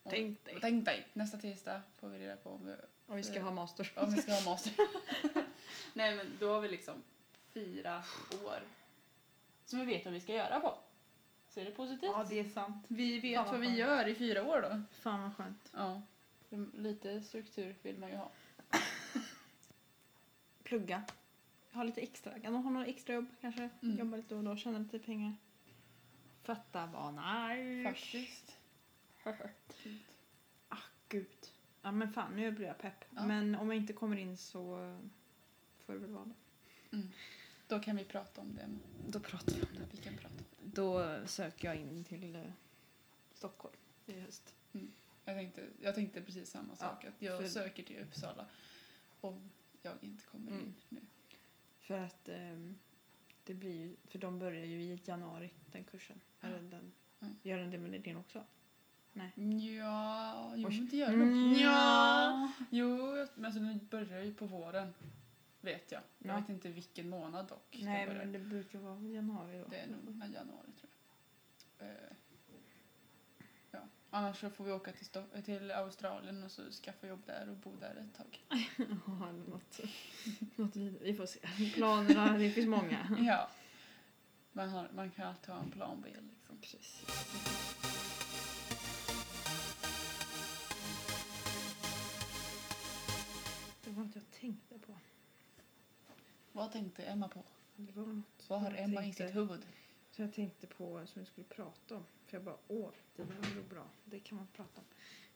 Speaker 1: Om-
Speaker 2: Tänk dig.
Speaker 1: Tänk dig. Nästa tisdag får vi reda på om vi,
Speaker 2: Om vi ska
Speaker 1: Fyra.
Speaker 2: ha master.
Speaker 1: om vi ska ha master. Nej men då har vi liksom fyra år som vi vet vad vi ska göra på. Så är det positivt.
Speaker 2: är sant.
Speaker 1: Vi vet
Speaker 2: Fan, vad
Speaker 1: vad vi
Speaker 2: skönt.
Speaker 1: gör i fyra år då.
Speaker 2: Fan vad skönt.
Speaker 1: Ja. Lite struktur vill man ju ha.
Speaker 2: Plugga. Ha lite extra. Kan ha några extra jobb kanske.
Speaker 1: Mm.
Speaker 2: Jobba lite då och då, tjäna lite pengar. Fatta vad nice.
Speaker 1: Faktiskt.
Speaker 2: Ah, gud. Ja men fan, nu blir jag pepp.
Speaker 1: Ja.
Speaker 2: Men om jag inte kommer in så eh, får det väl vara det.
Speaker 1: Då kan vi prata om det.
Speaker 2: Då pratar vi om
Speaker 1: Vi kan prata. om det.
Speaker 2: Då söker jag in till eh, Stockholm i höst.
Speaker 1: Jag tänkte, jag tänkte precis samma sak. Att jag
Speaker 2: för-
Speaker 1: söker till Uppsala om jag inte kommer in
Speaker 2: Mm.
Speaker 1: nu.
Speaker 2: För att ehm, det blir ju, för de börjar ju i januari den kursen.
Speaker 1: Ja.
Speaker 2: Eller den,
Speaker 1: Mm.
Speaker 2: Gör den det med din också?
Speaker 1: Ja, jo
Speaker 2: Oj. Mm.
Speaker 1: men det gör det nog. Jo, jag- men alltså, nu börjar jag ju på våren. Vet jag. Jag
Speaker 2: Ja.
Speaker 1: vet inte vilken månad dock. den
Speaker 2: Nej
Speaker 1: börjar.
Speaker 2: men det brukar vara januari då.
Speaker 1: Det är nog mellan januari tror jag. Eh, ja. Annars så får vi åka till, Sto- eh, till Australien och så skaffa jobb där och bo där ett tag.
Speaker 2: Ja, eller något, något vidare. Vi får se. Planerna, det finns många.
Speaker 1: Ja. Man, har, man kan alltid ha en plan B liksom.
Speaker 2: Precis. Det var något jag tänkte på.
Speaker 1: Vad tänkte Emma på?
Speaker 2: Det var något
Speaker 1: Vad har
Speaker 2: jag
Speaker 1: Emma i
Speaker 2: tänkte.
Speaker 1: sitt huvud?
Speaker 2: Så jag tänkte på som vi skulle prata om. För jag bara, åh, det där var nog bra. Det kan man prata om.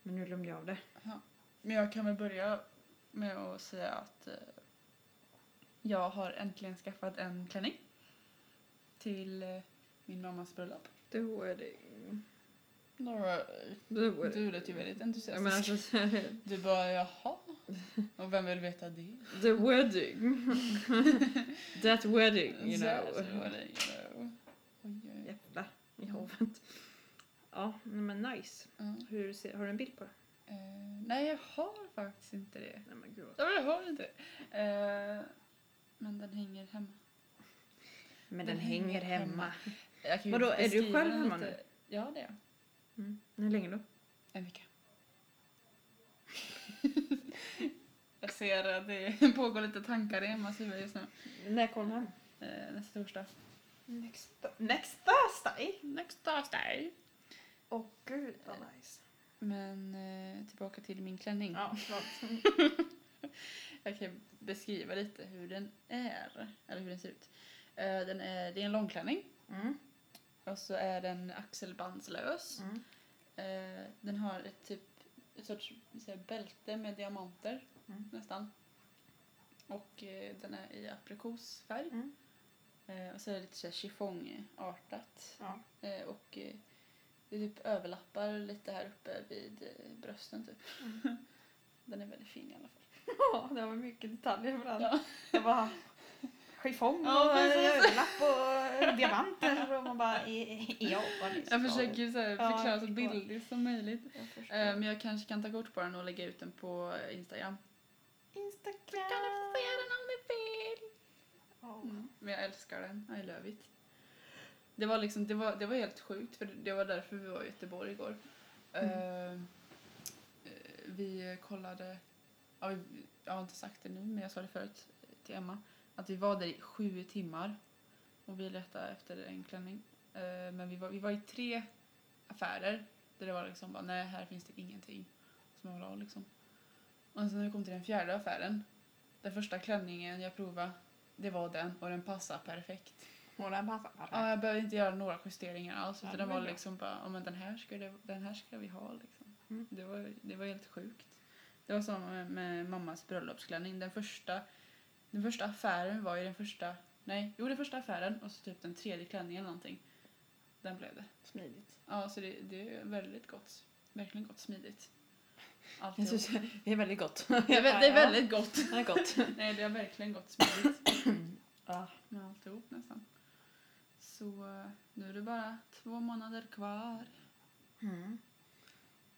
Speaker 2: Men nu glömde jag av det.
Speaker 1: Ja. Men jag kan väl börja med att säga att eh, jag har äntligen skaffat en klänning till eh, min mammas bröllop.
Speaker 2: Det var det.
Speaker 1: Några,
Speaker 2: Det var
Speaker 1: du lät ju väldigt
Speaker 2: Ja, men
Speaker 1: entusiastisk.
Speaker 2: alltså, så här,
Speaker 1: Du bara jaha? Och vem vill veta det?
Speaker 2: the wedding. That wedding, you
Speaker 1: Så här, så
Speaker 2: know.
Speaker 1: var det, you know. Oj, oj, oj.
Speaker 2: Jävlar i hovet. Ja, nej, men nice.
Speaker 1: Ja.
Speaker 2: Hur ser, har du en bild på det?
Speaker 1: Eh, nej, jag har faktiskt inte det.
Speaker 2: Nej men gud.
Speaker 1: Ja, Jag har inte det. Eh, men den hänger hemma.
Speaker 2: Men den,
Speaker 1: Den
Speaker 2: hänger
Speaker 1: hänger
Speaker 2: hemma.
Speaker 1: hemma. Jag kan ju
Speaker 2: Vadå, är du
Speaker 1: beskriva
Speaker 2: själv
Speaker 1: den
Speaker 2: hemma
Speaker 1: lite. Ja, det är jag.
Speaker 2: Mm. Hur länge då?
Speaker 1: En vecka. jag ser att det pågår lite tankar i Emmas huvud just nu.
Speaker 2: När kom han?
Speaker 1: Eh, nästa torsdag.
Speaker 2: Nästa, nästa Thursday.
Speaker 1: Next Thursday.
Speaker 2: Åh gud vad nice.
Speaker 1: Men eh, tillbaka till min klänning.
Speaker 2: Ja, förlåt.
Speaker 1: Jag kan beskriva lite hur den är, eller hur den ser ut. Eh, Den är, det är en långklänning
Speaker 2: Mm.
Speaker 1: och så är den axelbandslös.
Speaker 2: Mm.
Speaker 1: Eh, Den har ett typ ett sorts vad säger jag, bälte med diamanter
Speaker 2: Mm.
Speaker 1: nästan. Och eh, den är i aprikosfärg.
Speaker 2: Mm.
Speaker 1: Eh, Och så är det lite så här chiffongartat.
Speaker 2: Ja.
Speaker 1: Eh, Och eh, det typ överlappar lite här uppe vid eh, brösten typ.
Speaker 2: Mm.
Speaker 1: Den är väldigt fin i alla fall.
Speaker 2: Ja, det var mycket detaljer på den.
Speaker 1: Ja.
Speaker 2: Det var chiffong
Speaker 1: Ja,
Speaker 2: och
Speaker 1: precis.
Speaker 2: överlapp och diamanter och man bara eh, eh, ja. vad det är så.
Speaker 1: Jag försöker så här
Speaker 2: Ja, jag
Speaker 1: förklara så
Speaker 2: förstår.
Speaker 1: bildligt som möjligt.
Speaker 2: Jag
Speaker 1: Eh,
Speaker 2: förstår.
Speaker 1: Men jag kanske kan ta kort på den och lägga ut den på Instagram.
Speaker 2: Instagram.
Speaker 1: Kan du få se den om du vill?
Speaker 2: Ja, Ja.
Speaker 1: Mm. Men jag älskar den. I love it. Det var, liksom, det var, det var helt sjukt, för det var därför vi var i Göteborg igår.
Speaker 2: Mm.
Speaker 1: Eh, eh, vi kollade... Ja, vi, jag har inte sagt det nu, men jag sa det förut till Emma. Att vi var där i sju timmar och vi letade efter en klänning. Eh, men vi var, vi var i tre affärer där det var liksom bara, nej, här finns det ingenting som man vill ha liksom. Och sen när vi kom till den fjärde affären, den första klänningen jag provade, det var den och den passade perfekt.
Speaker 2: Och den passar perfekt.
Speaker 1: Ja, jag behöver inte göra några justeringar alls.
Speaker 2: Ja,
Speaker 1: Utan
Speaker 2: det
Speaker 1: den
Speaker 2: var
Speaker 1: var
Speaker 2: bra.
Speaker 1: liksom bara, ja men den här ska, det, den här ska vi ha liksom.
Speaker 2: Mm.
Speaker 1: Det, var, det var helt sjukt. Det var som med, med mammas bröllopsklänning. Den första, den första affären var ju den första, nej, jo den första affären och så typ den tredje klänningen eller någonting. Den blev det.
Speaker 2: Smidigt.
Speaker 1: Ja, så det, det är väldigt gott. Verkligen gott, smidigt. Allt
Speaker 2: Jag
Speaker 1: ihop.
Speaker 2: tycker det är väldigt gott.
Speaker 1: det, är, vä- det är väldigt gott.
Speaker 2: Det är gott.
Speaker 1: nej, det är verkligen gott, smidigt.
Speaker 2: Ja.
Speaker 1: med alltihop nästan. Så eh, nu är det bara två månader kvar.
Speaker 2: Mm.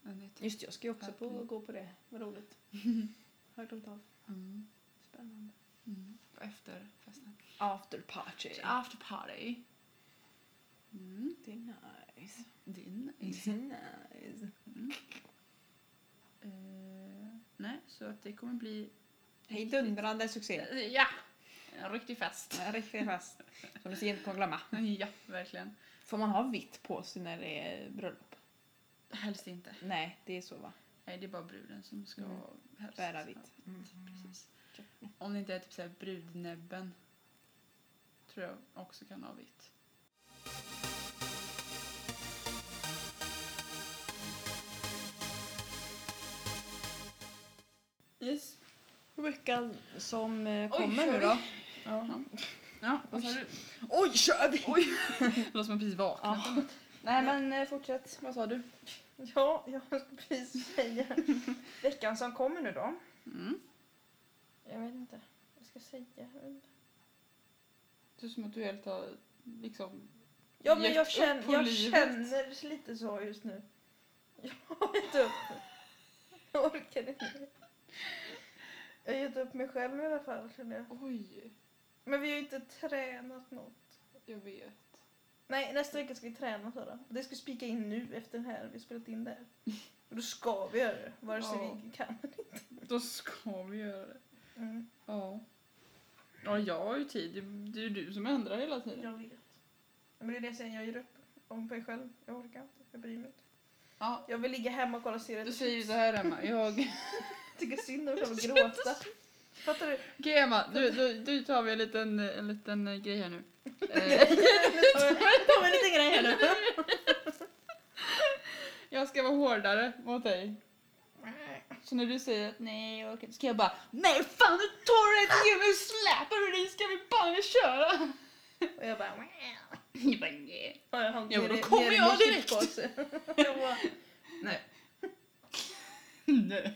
Speaker 1: än det är typ-
Speaker 2: Just det, jag ska ju också på, gå på det. Vad roligt. Har jag glömt av.
Speaker 1: Mm.
Speaker 2: Spännande.
Speaker 1: Mm. På efterfesten.
Speaker 2: After party.
Speaker 1: After party. Mm.
Speaker 2: Det är nice.
Speaker 1: Din.
Speaker 2: Det är nice.
Speaker 1: Eh, nej, så att det kommer bli...
Speaker 2: Hejdundrande succé.
Speaker 1: Eh, Ja! En riktig fest.
Speaker 2: En Riktig fest. Som du ser inte kommer glömma.
Speaker 1: ja, verkligen.
Speaker 2: Får man ha vitt på sig när det är bröllop?
Speaker 1: Helst inte.
Speaker 2: Nej, det är så va?
Speaker 1: Nej, det är bara bruden som ska
Speaker 2: Mm.
Speaker 1: helst.
Speaker 2: Bära vitt. Mm.
Speaker 1: Precis. Om det inte är typ så här brudnäbben. Tror jag också kan ha vitt. Yes.
Speaker 2: Veckan som eh,
Speaker 1: Oj,
Speaker 2: kommer
Speaker 1: kör
Speaker 2: nu
Speaker 1: vi?
Speaker 2: då.
Speaker 1: Ja. ja vad sa
Speaker 2: Oj.
Speaker 1: du?
Speaker 2: Oj, kör vi!
Speaker 1: Oj! Det låter som jag precis vaknat.
Speaker 2: Ja. Nej men eh, fortsätt.
Speaker 1: Vad sa du?
Speaker 3: Ja, jag ska precis säga. Veckan som kommer nu då.
Speaker 1: Mm.
Speaker 3: Jag vet inte vad jag ska säga.
Speaker 1: Det är som att du helt har liksom...
Speaker 3: Ja, men
Speaker 1: Gett
Speaker 3: jag,
Speaker 1: upp
Speaker 3: känner,
Speaker 1: på
Speaker 3: jag
Speaker 1: livet.
Speaker 3: känner lite så just nu. Jag har gett upp. Jag orkar inte. Jag har gett upp mig själv i alla fall känner jag.
Speaker 1: Oj,
Speaker 3: Men vi har ju inte tränat något.
Speaker 1: jag vet.
Speaker 3: Nej, nästa vecka ska vi träna Sara. Det ska vi spika in nu efter den här vi har spelat in där. Och då ska vi göra det, vare sig
Speaker 1: Ja.
Speaker 3: vi kan.
Speaker 1: Då ska vi göra det.
Speaker 3: Mm,
Speaker 1: Ja. Ja, jag har ju tid. Det- Det är ju du som ändrar hela tiden.
Speaker 3: jag vet. Men det är det jag säger, jag ger upp om mig själv. Jag orkar inte, jag bryr mig inte.
Speaker 1: Ja.
Speaker 3: Jag vill ligga hemma och kolla serier.
Speaker 1: Du säger ju så här Emma. Jag...
Speaker 3: Tycker synd om mig själv och gråta. Fattar du?
Speaker 1: Okej Emma, du, du, du tar vi en liten, en liten eh, grej här nu. Eh,
Speaker 3: Ta mig lite grann här nu.
Speaker 1: jag ska vara hårdare mot dig. Så när du säger att nej jag orkar inte, ska jag bara nej fan du tar det inte ge mig släpar du dig ska vi bara köra.
Speaker 3: Och jag bara...
Speaker 1: Jag bara nej.
Speaker 3: Och jag har
Speaker 1: Ja, men då
Speaker 3: ner-
Speaker 1: kommer
Speaker 3: ner i
Speaker 1: jag
Speaker 3: min
Speaker 1: direkt.
Speaker 3: chipspåse. Jag bara,
Speaker 1: Nej. nej.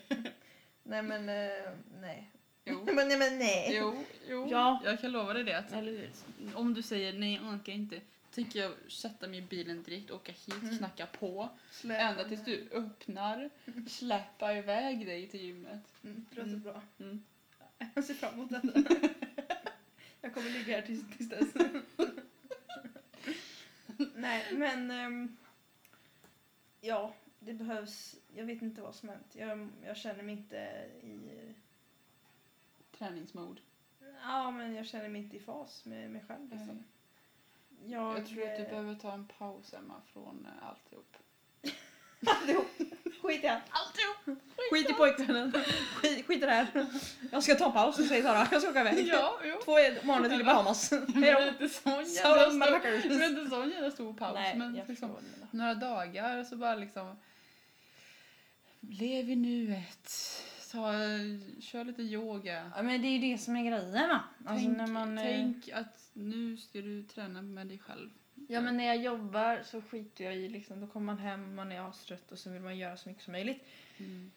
Speaker 3: Nej men eh, nej.
Speaker 1: Jo.
Speaker 3: Men nej men nej.
Speaker 1: Mm. Jo, jo.
Speaker 2: Ja.
Speaker 1: Jag kan lova dig det att
Speaker 2: Eller hur?
Speaker 1: Om du säger nej, jag orkar inte, tänker jag sätta mig i bilen direkt, åka hit,
Speaker 3: Mm.
Speaker 1: knacka på.
Speaker 3: Släpp
Speaker 1: Ända
Speaker 3: mig.
Speaker 1: tills du öppnar, släppa iväg dig till gymmet.
Speaker 3: Mm, det låter
Speaker 1: Mm.
Speaker 3: bra.
Speaker 1: Mm.
Speaker 3: Jag ser fram emot detta. Jag kommer ligga här tills, tills dess. Nej men... ehm, ja, det behövs. Jag vet inte vad som hänt. Jag, jag känner mig inte i...
Speaker 1: Träningsmod.
Speaker 3: Ja, men jag känner mig inte i fas med mig själv. Liksom.
Speaker 1: Nej.
Speaker 3: Jag,
Speaker 1: Mm. Jag tror att du
Speaker 3: eh,
Speaker 1: behöver ta en paus Emma från eh, alltihop.
Speaker 3: Alltihop! Skit i allt!
Speaker 1: Alltihop!
Speaker 3: Skit i pojkvännen! Skit, skit i det här! Jag ska ta en paus, säger Sara. Jag ska åka iväg.
Speaker 1: Ja, jo.
Speaker 3: Två månader till Bahamas.
Speaker 1: Det är
Speaker 3: Hejdå!
Speaker 1: inte sån jävla
Speaker 3: Sara
Speaker 1: stor,
Speaker 3: motherfuckers!
Speaker 1: det är inte sån jävla stor paus.
Speaker 3: Nej,
Speaker 1: men
Speaker 3: jag
Speaker 1: liksom,
Speaker 3: förstår vad du menar.
Speaker 1: några dagar så bara liksom lev i nuet. Ta, kör lite yoga.
Speaker 3: Ja, men det är ju det som är grejen va? Alltså,
Speaker 1: tänk,
Speaker 3: när man, eh,
Speaker 1: tänk att nu ska du träna med dig själv.
Speaker 3: Ja men när jag jobbar så skiter jag i liksom, då kommer man hem, man är astrött och så vill man göra så mycket som möjligt.
Speaker 1: Mm,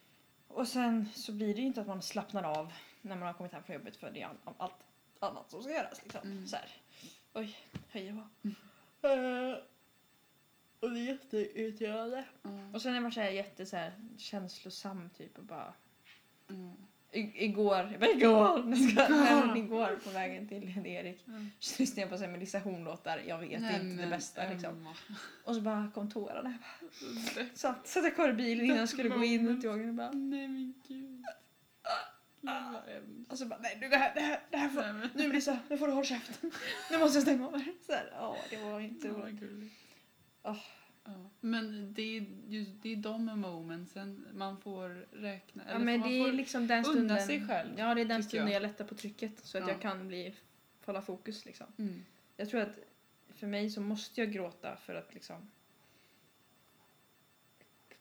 Speaker 3: Och sen så blir det ju inte att man slappnar av när man har kommit hem från jobbet för det är all- allt annat som ska göras. Liksom. Mm.
Speaker 1: Mm.
Speaker 3: Så här. Oj, hej och hå. Eh, Och det är jätteirriterande.
Speaker 1: Mm.
Speaker 3: Och sen är man så här jätte så här, känslosam typ och bara
Speaker 1: Mm.
Speaker 2: I, igår, jag bara, igår, jag ska, men igår på vägen till Erik
Speaker 1: Mm.
Speaker 2: så lyssnade jag på så här Melissa Horn-låtar, jag vet det är inte det bästa liksom. Och så bara kom tårarna. Satt, satt jag kvar i bilen innan jag skulle gå in
Speaker 1: Mm.
Speaker 2: mot tågen och bara
Speaker 1: Nej men gud. Gud vad hemskt.
Speaker 2: Och så bara, nej du, det här, det här, det här får,
Speaker 1: Nej, men-
Speaker 2: nu Melissa, nu får du hålla käften. Nu måste jag stänga av. Så här, ja det var inte
Speaker 1: Det var
Speaker 2: roligt.
Speaker 1: gulligt.
Speaker 2: Åh.
Speaker 1: Ja. Men det är, just, det är de momentsen man får räkna.
Speaker 2: Ja
Speaker 1: eller
Speaker 2: men
Speaker 1: man
Speaker 2: det är
Speaker 1: får
Speaker 2: liksom den
Speaker 1: unna
Speaker 2: stunden.
Speaker 1: sig själv,
Speaker 2: Ja det är den
Speaker 1: tycker
Speaker 2: stunden
Speaker 1: jag.
Speaker 2: jag. lättar på trycket så att
Speaker 1: Ja.
Speaker 2: jag kan bli, hålla fokus liksom.
Speaker 1: Mm.
Speaker 2: Jag tror att för mig så måste jag gråta för att liksom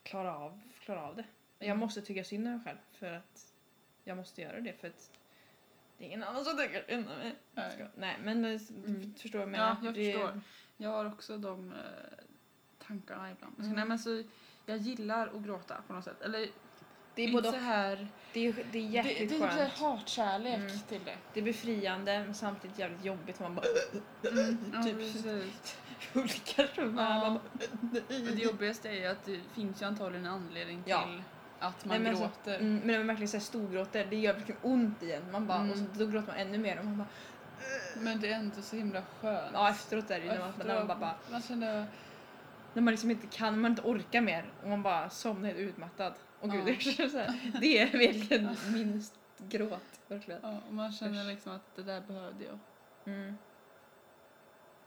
Speaker 2: klara av, klara av det. Jag
Speaker 1: Mm.
Speaker 2: måste tycka synd om mig själv för att jag måste göra det för att det är ingen annan som tycker synd om mig.
Speaker 1: Nej.
Speaker 2: Ska- Nej men eh,
Speaker 1: Mm.
Speaker 2: förstår du vad jag
Speaker 1: Ja,
Speaker 2: menar?
Speaker 1: jag
Speaker 2: Det-
Speaker 1: förstår. Jag har också de eh, tankarna ibland. Så,
Speaker 2: Mm.
Speaker 1: nej, men så, jag gillar att gråta på något sätt. Eller
Speaker 2: Det är
Speaker 1: inte
Speaker 2: både
Speaker 1: så här...
Speaker 2: Det är, det är
Speaker 1: Det,
Speaker 2: jäkligt
Speaker 1: det är typ så här
Speaker 2: skönt.
Speaker 1: hatkärlek
Speaker 2: Mm.
Speaker 1: till det.
Speaker 2: Det är befriande men samtidigt jävligt jobbigt. Man bara
Speaker 1: Mm, Ja,
Speaker 2: Typ.
Speaker 1: precis.
Speaker 2: hulkar så här.
Speaker 1: Ja.
Speaker 2: Man bara,
Speaker 1: Men det jobbigaste är ju att det finns ju antagligen en anledning
Speaker 2: Ja.
Speaker 1: till att man
Speaker 2: Nej, men
Speaker 1: gråter.
Speaker 2: mm, men när man verkligen så här storgråter, det gör verkligen ont i en. Man bara,
Speaker 1: Mm.
Speaker 2: och så, då gråter man ännu mer. Och man bara,
Speaker 1: Men det är ändå så himla skönt.
Speaker 2: ja, efteråt är det ju när man, när man
Speaker 1: Efteråt,
Speaker 2: bara, bara
Speaker 1: man känner...
Speaker 2: när man liksom inte kan, när man inte orkar mer och man bara somnar helt utmattad. Och gud,
Speaker 1: Ja.
Speaker 2: det, är så här, det är verkligen min gråt. Verkligen.
Speaker 1: Ja, och man känner liksom att det där behövde jag.
Speaker 2: Mm.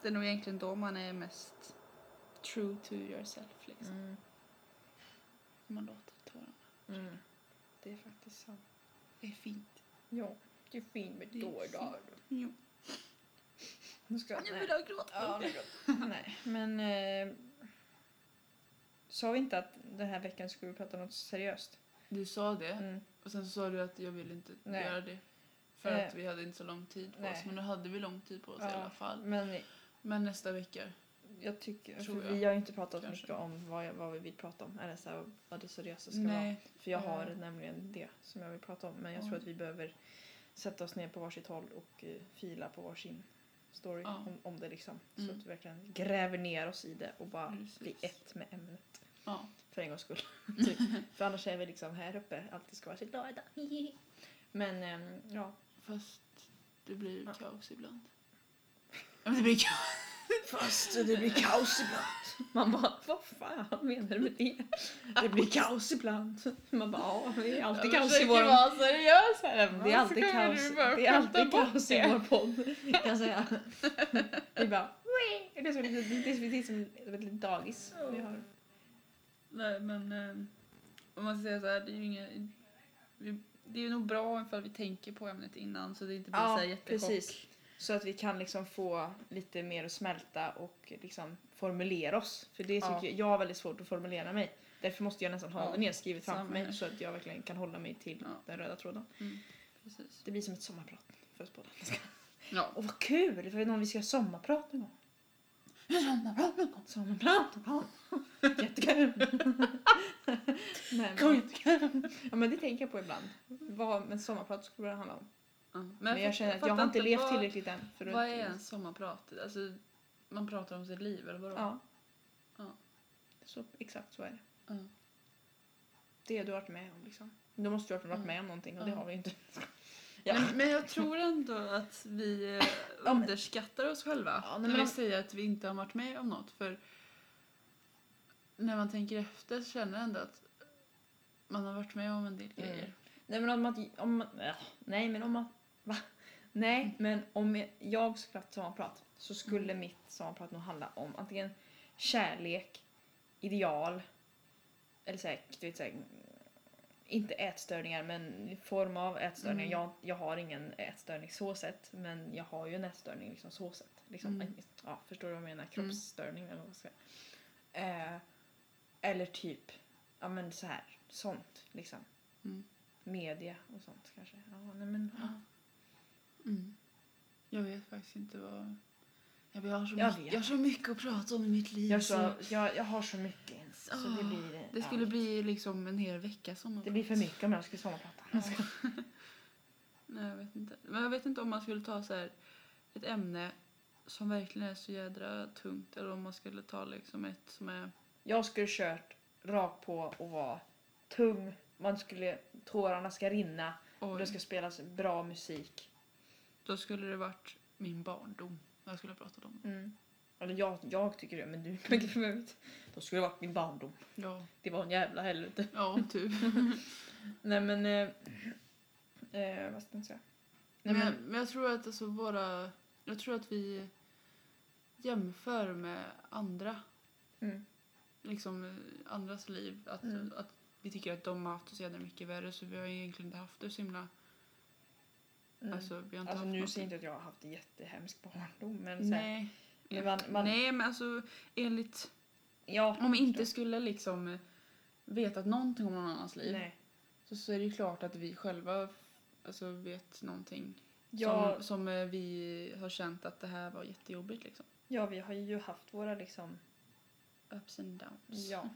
Speaker 1: Det är nog egentligen då man är mest true to yourself. Liksom.
Speaker 2: Mm.
Speaker 1: Man låter tårarna.
Speaker 2: Mm. Det är faktiskt sant.
Speaker 1: Det är fint.
Speaker 2: Ja, det är fint med
Speaker 1: Det är
Speaker 2: tårar.
Speaker 1: Jo.
Speaker 2: Nu ska jag...
Speaker 1: Nu
Speaker 2: nej.
Speaker 1: vill jag gråta.
Speaker 3: Oh,
Speaker 2: Ja, Nej, men... Eh, sa vi inte att den här veckan skulle vi prata om något seriöst?
Speaker 1: Du sa det
Speaker 2: Mm.
Speaker 1: och sen så sa du att jag vill inte
Speaker 2: Nej.
Speaker 1: göra det. För
Speaker 2: Eh.
Speaker 1: att vi hade inte så lång tid på
Speaker 2: Nej.
Speaker 1: oss. Men nu hade vi lång tid på oss i
Speaker 2: Ja.
Speaker 1: alla fall.
Speaker 2: Men
Speaker 1: Men nästa vecka.
Speaker 2: jag tycker...
Speaker 1: Tror
Speaker 2: för
Speaker 1: jag.
Speaker 2: Vi har ju inte pratat
Speaker 1: Kanske.
Speaker 2: mycket om vad, jag, vad vi vill prata om. Eller så här, vad det seriösa ska vara.
Speaker 1: Nej.
Speaker 2: För jag
Speaker 1: Ja.
Speaker 2: har nämligen det som jag vill prata om. Men jag tror
Speaker 1: Mm.
Speaker 2: att vi behöver sätta oss ner på varsitt håll och eh, fila på varsin story
Speaker 1: Ja.
Speaker 2: om, om det liksom. Så
Speaker 1: Mm.
Speaker 2: att vi verkligen gräver ner oss i det och bara
Speaker 1: Precis.
Speaker 2: blir ett med ämnet.
Speaker 1: Ja.
Speaker 2: För en gångs skull. typ. För annars är vi liksom här uppe, alltid ska vara så glada. Men ehm, ja,
Speaker 1: Fast det blir ju
Speaker 2: Ja.
Speaker 1: kaos ibland. Ja, men det blir kaos.
Speaker 2: Fast det blir kaos ibland. Man bara, vad fan menar du med det? Det blir kaos ibland. Man bara, ja det är alltid kaos i vår...
Speaker 1: vara seriös här
Speaker 2: Det är alltid kaos, det är alltid kaos i vår podd. Kan jag säga. Vi bara, "Wee!" det är så lite- det är så- det är som ett litet dagis vi har.
Speaker 1: Nej men eh, om man säger så här, det är ju inga, vi, det är nog bra ifall vi tänker på ämnet innan så det inte blir
Speaker 2: Ja,
Speaker 1: så här jättechock.
Speaker 2: precis. Så att vi kan liksom få lite mer att smälta och liksom formulera oss. För det tycker
Speaker 1: Ja.
Speaker 2: jag, jag har väldigt svårt att formulera mig. Därför måste jag nästan ha
Speaker 1: Ja,
Speaker 2: det nedskrivet
Speaker 1: samma
Speaker 2: framför mig
Speaker 1: här.
Speaker 2: så att jag verkligen kan hålla mig till
Speaker 1: Ja.
Speaker 2: den röda tråden.
Speaker 1: Mm, precis.
Speaker 2: Det blir som ett sommarprat för oss båda.
Speaker 1: Ja.
Speaker 2: Åh vad kul! För någon vi ska sommarprata någon gång. Sommarprat! Jättekul! Nej, men, ja, men det tänker jag på ibland. Vad en sommarprat skulle det handla om.
Speaker 1: Ja.
Speaker 2: Men, jag,
Speaker 1: fatt-
Speaker 2: känner att jag
Speaker 1: fattar
Speaker 2: har inte levt
Speaker 1: vad-
Speaker 2: tillräckligt än. För att-
Speaker 1: Vad är ens sommarprat? Alltså, man pratar om sitt liv eller vadå?
Speaker 2: Ja.
Speaker 1: Ja.
Speaker 2: Så, exakt så är det.
Speaker 1: Ja.
Speaker 2: Det du har varit med om liksom. Då måste du ha varit
Speaker 1: Mm.
Speaker 2: med om någonting och
Speaker 1: Ja.
Speaker 2: det har vi inte. Ja.
Speaker 1: Men, men jag tror ändå att vi eh,
Speaker 2: Ja, men-
Speaker 1: underskattar oss själva
Speaker 2: Ja, nej,
Speaker 1: när
Speaker 2: men-
Speaker 1: vi säger att vi inte har varit med om något. För när man tänker efter så känner jag ändå att man har varit med om en del
Speaker 2: Mm.
Speaker 1: grejer.
Speaker 2: Nej men om att... Om, äh, nej men om att... Va?
Speaker 1: Mm.
Speaker 2: Nej men om jag skulle haft sommarprat så skulle mitt sommarprat nog handla om antingen kärlek, ideal eller säkert, du vet, så här, inte ätstörningar men i form av ätstörningar.
Speaker 1: Mm.
Speaker 2: Jag, jag har ingen ätstörning så sett men jag har ju en ätstörning liksom så sett. Liksom,
Speaker 1: Mm.
Speaker 2: ja, förstår du vad jag menar? Kroppsstörning eller vad man ska säga. Eh, eller typ, ja men så här, sånt liksom.
Speaker 1: Mm.
Speaker 2: Media och sånt kanske. Ja, nej men, ja.
Speaker 1: Mm. Jag vet faktiskt inte vad... Jag, jag, har så
Speaker 2: Jag
Speaker 1: mycket,
Speaker 2: vet.
Speaker 1: jag har så mycket att prata om i mitt liv.
Speaker 2: Jag, så, jag, jag har så mycket ens, så det
Speaker 1: Ah,
Speaker 2: blir...
Speaker 1: Det
Speaker 2: ja.
Speaker 1: skulle bli liksom en hel vecka sommarprat.
Speaker 2: det blir för mycket om jag skulle sommarprata.
Speaker 1: Ja. Nej, jag vet inte. Men jag vet inte om man skulle ta så här ett ämne som verkligen är så jädra tungt eller om man skulle ta liksom ett som är...
Speaker 2: Jag skulle kört rakt på och vara tung. Man skulle, tårarna ska rinna.
Speaker 1: Och
Speaker 2: Och det ska spelas bra musik.
Speaker 1: Då skulle det varit min barndom. Jag skulle ha pratat om
Speaker 2: Eller jag, jag tycker det, men du kan inte förmöga Då skulle det varit min barndom.
Speaker 1: Ja,
Speaker 2: Det var en jävla helvete.
Speaker 1: ja typ.
Speaker 2: Nej men... Eh, eh, vad ska jag säga? Nej,
Speaker 1: men, jag,
Speaker 2: men,
Speaker 1: men jag tror att alltså våra... Jag tror att vi jämför med andra.
Speaker 2: mm,
Speaker 1: Liksom eh, andras liv. Att,
Speaker 2: Mm.
Speaker 1: att vi tycker att de har haft det så jävla mycket värre så vi har egentligen inte haft det så himla...
Speaker 2: mm. Alltså,
Speaker 1: Alltså vi har inte haft
Speaker 2: nu
Speaker 1: något-
Speaker 2: ser jag inte att jag har haft en jättehemsk barndom men så här,
Speaker 1: Nej.
Speaker 2: Men man, man,
Speaker 1: Nej men alltså enligt...
Speaker 2: Ja,
Speaker 1: Om vi inte skulle liksom eh, vetat någonting om någon annans liv
Speaker 2: nej.
Speaker 1: så, så är det ju klart att vi själva alltså, vet någonting
Speaker 2: Ja,
Speaker 1: som, som eh, vi har känt att det här var jättejobbigt liksom.
Speaker 2: ja, vi har ju haft våra liksom...
Speaker 1: Ups and downs.
Speaker 2: Ja.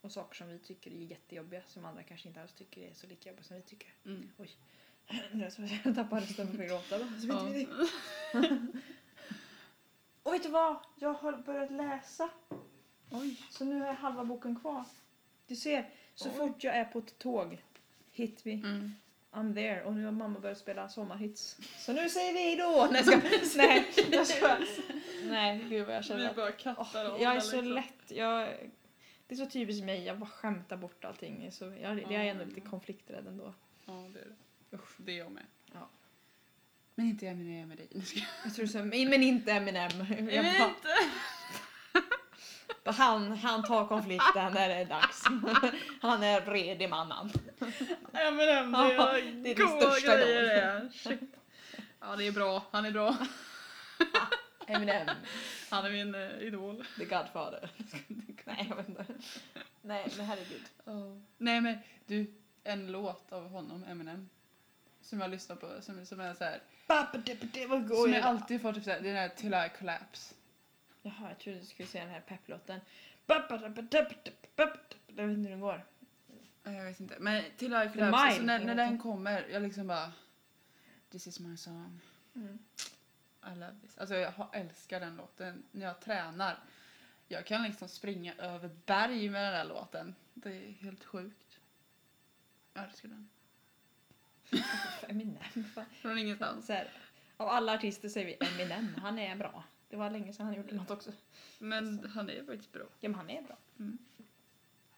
Speaker 2: Och saker som vi tycker är jättejobbiga som andra kanske inte alls tycker är så lika jobbiga som vi tycker.
Speaker 1: Mm.
Speaker 2: Nu är det som att jag tappar rösten för att gråta. då, så vet vi
Speaker 1: Ja.
Speaker 2: det. Och vet du vad? Jag har börjat läsa.
Speaker 1: Oj.
Speaker 2: Så nu har jag halva boken kvar. Du ser, så
Speaker 1: Oj.
Speaker 2: fort jag är på ett tåg, hit me,
Speaker 1: Mm.
Speaker 2: I'm there. Och nu har mamma börjat spela sommarhits. Så nu säger vi hejdå! Nej, jag skojar. Nej, jag skojar. Nej, gud vad jag känner
Speaker 1: Vi
Speaker 2: att-
Speaker 1: bara kattar
Speaker 2: Åh,
Speaker 1: om
Speaker 2: jag
Speaker 1: det,
Speaker 2: är så
Speaker 1: liksom.
Speaker 2: lätt. Jag, det är så typiskt mig. Jag bara skämtar bort allting. Så jag, jag är ändå
Speaker 1: Mm.
Speaker 2: lite konflikträdd ändå.
Speaker 1: Ja, det är det. Usch, det är jag med.
Speaker 2: Ja.
Speaker 1: Men inte jag, men jag är med dig. Nu ska jag-
Speaker 2: Jag tror så, här, men men inte Eminem. Jag
Speaker 1: Men
Speaker 2: bara,
Speaker 1: inte!
Speaker 2: bara, han, han tar konflikten när det är dags. Han är redig mannen.
Speaker 1: Eminem, det
Speaker 2: Ja,
Speaker 1: är,
Speaker 2: det är din
Speaker 1: goa
Speaker 2: största
Speaker 1: grejer
Speaker 2: idol.
Speaker 1: det är. Shit. Ja, det är bra. Han är bra.
Speaker 2: Eminem,
Speaker 1: Han är min eh, idol.
Speaker 2: the Godfather. Nej, jag vet inte. Nej, men herregud.
Speaker 1: Nej men du, en låt av honom, Eminem. Som jag lyssnar på, som, som är så här. som jag alltid får typ såhär, det är den här Till I Collapse.
Speaker 2: Jaha, jag trodde du skulle säga den här pepplåten. Jag vet inte hur den går.
Speaker 1: Nej, Jag vet inte, men Till I
Speaker 2: Mine,
Speaker 1: Collapse, alltså, när,
Speaker 2: jag
Speaker 1: när
Speaker 2: vet
Speaker 1: den
Speaker 2: inte.
Speaker 1: kommer, jag liksom bara This is my song, Mm. I love this. Alltså jag har- älskar den låten när jag tränar. Jag kan liksom springa över berg med den här låten. Det är helt sjukt. Jag älskar den.
Speaker 2: Eminem. fan.
Speaker 1: Från ingenstans.
Speaker 2: Så här, av alla artister säger vi Eminem, han är bra. Det var länge sedan han gjorde något också.
Speaker 1: Men han är faktiskt bra.
Speaker 2: Ja, men han är bra.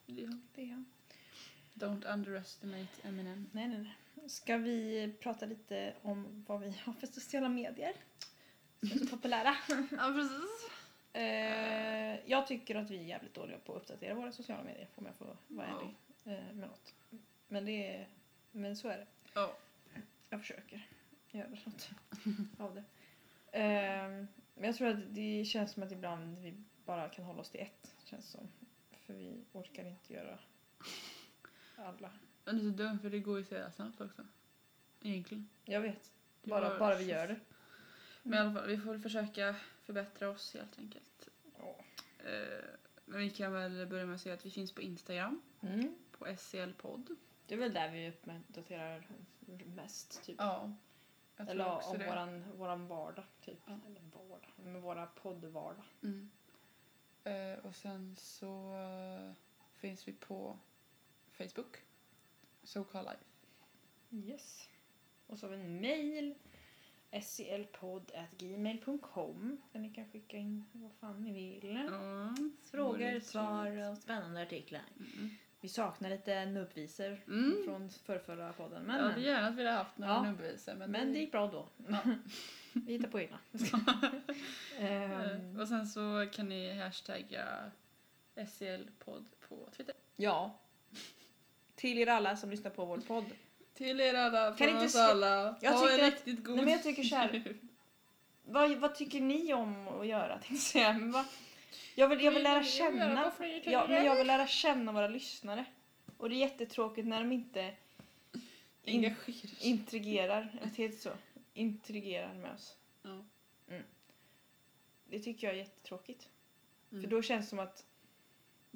Speaker 1: Det är han.
Speaker 2: Det är han.
Speaker 1: Don't underestimate Eminem.
Speaker 2: Nej, nej, nej. Ska vi prata lite om vad vi har för sociala medier? Som är så populära.
Speaker 1: Ja precis.
Speaker 2: Eh, jag tycker att vi är jävligt dåliga på att uppdatera våra sociala medier, om jag får vara
Speaker 1: Ja.
Speaker 2: ärlig eh, med något. Men, det är, men så är det.
Speaker 1: Ja.
Speaker 2: Jag försöker göra något av det. Ehm, men jag tror att det känns som att ibland vi bara kan hålla oss till ett. Känns som. För vi orkar inte göra alla.
Speaker 1: Men det är så dumt för det går ju så jävla snabbt också. Egentligen.
Speaker 2: Jag vet.
Speaker 1: Det
Speaker 2: Bara,
Speaker 1: var-
Speaker 2: bara vi gör det.
Speaker 1: Men i alla fall, vi får väl försöka förbättra oss helt enkelt. Eh, men vi kan väl börja med att säga att vi finns på Instagram,
Speaker 2: Mm.
Speaker 1: på E SCL-podd.
Speaker 2: Det är väl där vi uppdaterar mest. Typ.
Speaker 1: Ja. Jag tror
Speaker 2: Eller
Speaker 1: också
Speaker 2: om
Speaker 1: det.
Speaker 2: våran, våran vardag. Typ.
Speaker 1: Ja.
Speaker 2: Eller vardag. Men våra poddvardag.
Speaker 1: Mm. Eh, och sen så eh, finns vi på Facebook. So Call Life.
Speaker 2: Yes. Och så har vi en mail. E sclpodd.gmail.com där ni kan skicka in vad fan ni vill.
Speaker 1: Mm.
Speaker 2: Frågor,
Speaker 1: Vore
Speaker 2: svar och spännande artiklar.
Speaker 1: Mm.
Speaker 2: Vi saknar lite nubbvisor
Speaker 1: Mm.
Speaker 2: från förrförra podden.
Speaker 1: Jag
Speaker 2: Men,
Speaker 1: hade gärna velat haft några
Speaker 2: Ja.
Speaker 1: nubbvisor. Men,
Speaker 2: men det gick bra då.
Speaker 1: Ja.
Speaker 2: vi hittar på egna.
Speaker 1: Eh,
Speaker 2: Ehm,
Speaker 1: Och sen så kan ni hashtagga SCL-podd på Twitter.
Speaker 2: ja. Till er alla som lyssnar på vår podd.
Speaker 1: Till er alla,
Speaker 2: Kan
Speaker 1: från
Speaker 2: inte
Speaker 1: oss
Speaker 2: skri-
Speaker 1: alla.
Speaker 2: Jag
Speaker 1: ha en
Speaker 2: tycker att-
Speaker 1: riktigt god
Speaker 2: Nej, men jag tycker så här. Vad, vad tycker ni om att göra? tänkte Jag, säga. Men vad- jag, vill, jag vill lära känna Ja, men jag vill lära känna våra lyssnare. Och det är jättetråkigt när de inte in,
Speaker 1: Engagerar.
Speaker 2: intrigerar, ett helt så, intrigerar med oss. Mm.
Speaker 1: Ja.
Speaker 2: Det tycker jag är jättetråkigt.
Speaker 1: Mm.
Speaker 2: För då känns det som att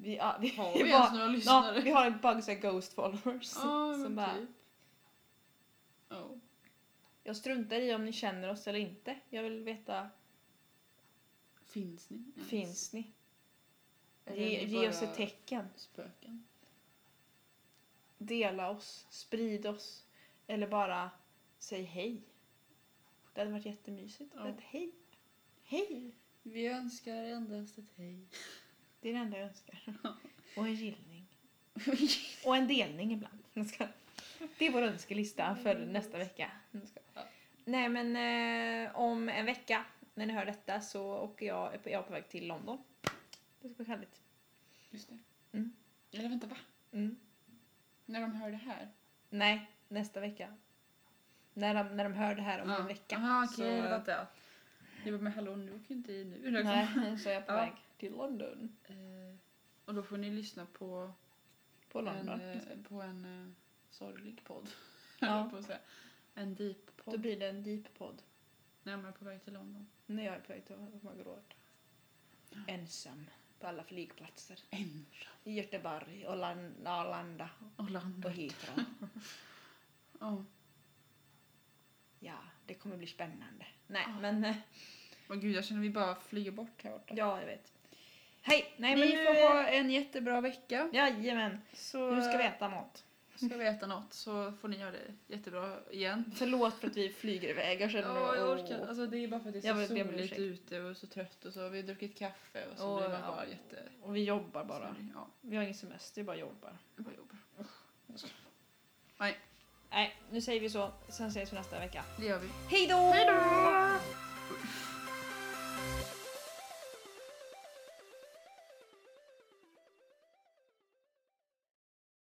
Speaker 2: vi, ja, vi,
Speaker 1: Har
Speaker 2: vi
Speaker 1: vi
Speaker 2: bara-
Speaker 1: ens några
Speaker 2: ja,
Speaker 1: lyssnare?
Speaker 2: vi har en bug såhär ghost followers.
Speaker 1: Ja,
Speaker 2: som
Speaker 1: men
Speaker 2: bara,
Speaker 1: typ. Oh, Ja.
Speaker 2: jag struntar i om ni känner oss eller inte. Jag vill veta,
Speaker 1: Finns ni? ens?
Speaker 2: finns ni?
Speaker 1: Eller
Speaker 2: Ge,
Speaker 1: är ni
Speaker 2: ge oss
Speaker 1: bara
Speaker 2: ett tecken.
Speaker 1: Spöken.
Speaker 2: dela oss, sprid oss eller bara säg hej. Det hade varit jättemysigt.
Speaker 1: Ja.
Speaker 2: Ett hej. Hej!
Speaker 1: Vi önskar endast ett hej.
Speaker 2: Det är det enda jag önskar. Och en gillning. Och en delning ibland. Jag ska- Det är vår önskelista för nästa vecka. Jag ska-
Speaker 1: Ja.
Speaker 2: Nej men eh, om en vecka när ni hör detta så åker jag, är jag på väg till London. Det ska bli härligt.
Speaker 1: Just det.
Speaker 2: Mm.
Speaker 1: Eller vänta, va?
Speaker 2: Mm.
Speaker 1: När de hör det här?
Speaker 2: Nej, nästa vecka. När de, när de hör det här om en vecka.
Speaker 1: Aha, okej,
Speaker 2: så,
Speaker 1: det fattar jag. Jag bara, men hallå, nu åker ju inte i nu. Liksom.
Speaker 2: nej, så är jag på
Speaker 1: Ja.
Speaker 2: väg till London.
Speaker 1: Eh, och då får ni lyssna på
Speaker 2: På London.
Speaker 1: en, eh, på en eh, sorglig podd.
Speaker 2: Ja.
Speaker 1: Ja. på att säga. En deep
Speaker 2: Då
Speaker 1: podd.
Speaker 2: blir det en deep podd.
Speaker 1: När man är på väg till London.
Speaker 2: När jag är på väg till Magråd. Ensam. På alla flygplatser.
Speaker 1: Ensam.
Speaker 2: I Göteborg, Olan- Arlanda
Speaker 1: Och landet.
Speaker 2: och Heathrow.
Speaker 1: Ja.
Speaker 2: Ja, det kommer bli spännande. Nej,
Speaker 1: Ja.
Speaker 2: men... eh,
Speaker 1: Åh gud, jag känner vi bara flyger bort här borta.
Speaker 2: Ja, jag vet. Hej! Nej,
Speaker 1: Ni
Speaker 2: men nu...
Speaker 1: får ha en jättebra vecka.
Speaker 2: Jajamän.
Speaker 1: Så
Speaker 2: Nu ska vi äta något.
Speaker 1: ska vi äta något så får ni göra det jättebra igen.
Speaker 2: Förlåt för att vi flyger iväg. Jag känner
Speaker 1: Ja, jag
Speaker 2: åh.
Speaker 1: orkar Alltså det är bara för att det
Speaker 2: Jag
Speaker 1: är
Speaker 2: vill
Speaker 1: så
Speaker 2: be om
Speaker 1: soligt
Speaker 2: ursäkt.
Speaker 1: ute och så trött och så. Vi har druckit kaffe och så
Speaker 2: Åh,
Speaker 1: blir man
Speaker 2: ja.
Speaker 1: bara jätte...
Speaker 2: Och vi jobbar bara.
Speaker 1: Ja,
Speaker 2: Vi har ingen semester, vi bara jobbar.
Speaker 1: det var jobb.
Speaker 2: Nej, nu säger vi så. Sen ses vi nästa vecka.
Speaker 1: Det gör vi.
Speaker 2: Hej då!
Speaker 1: Hej då!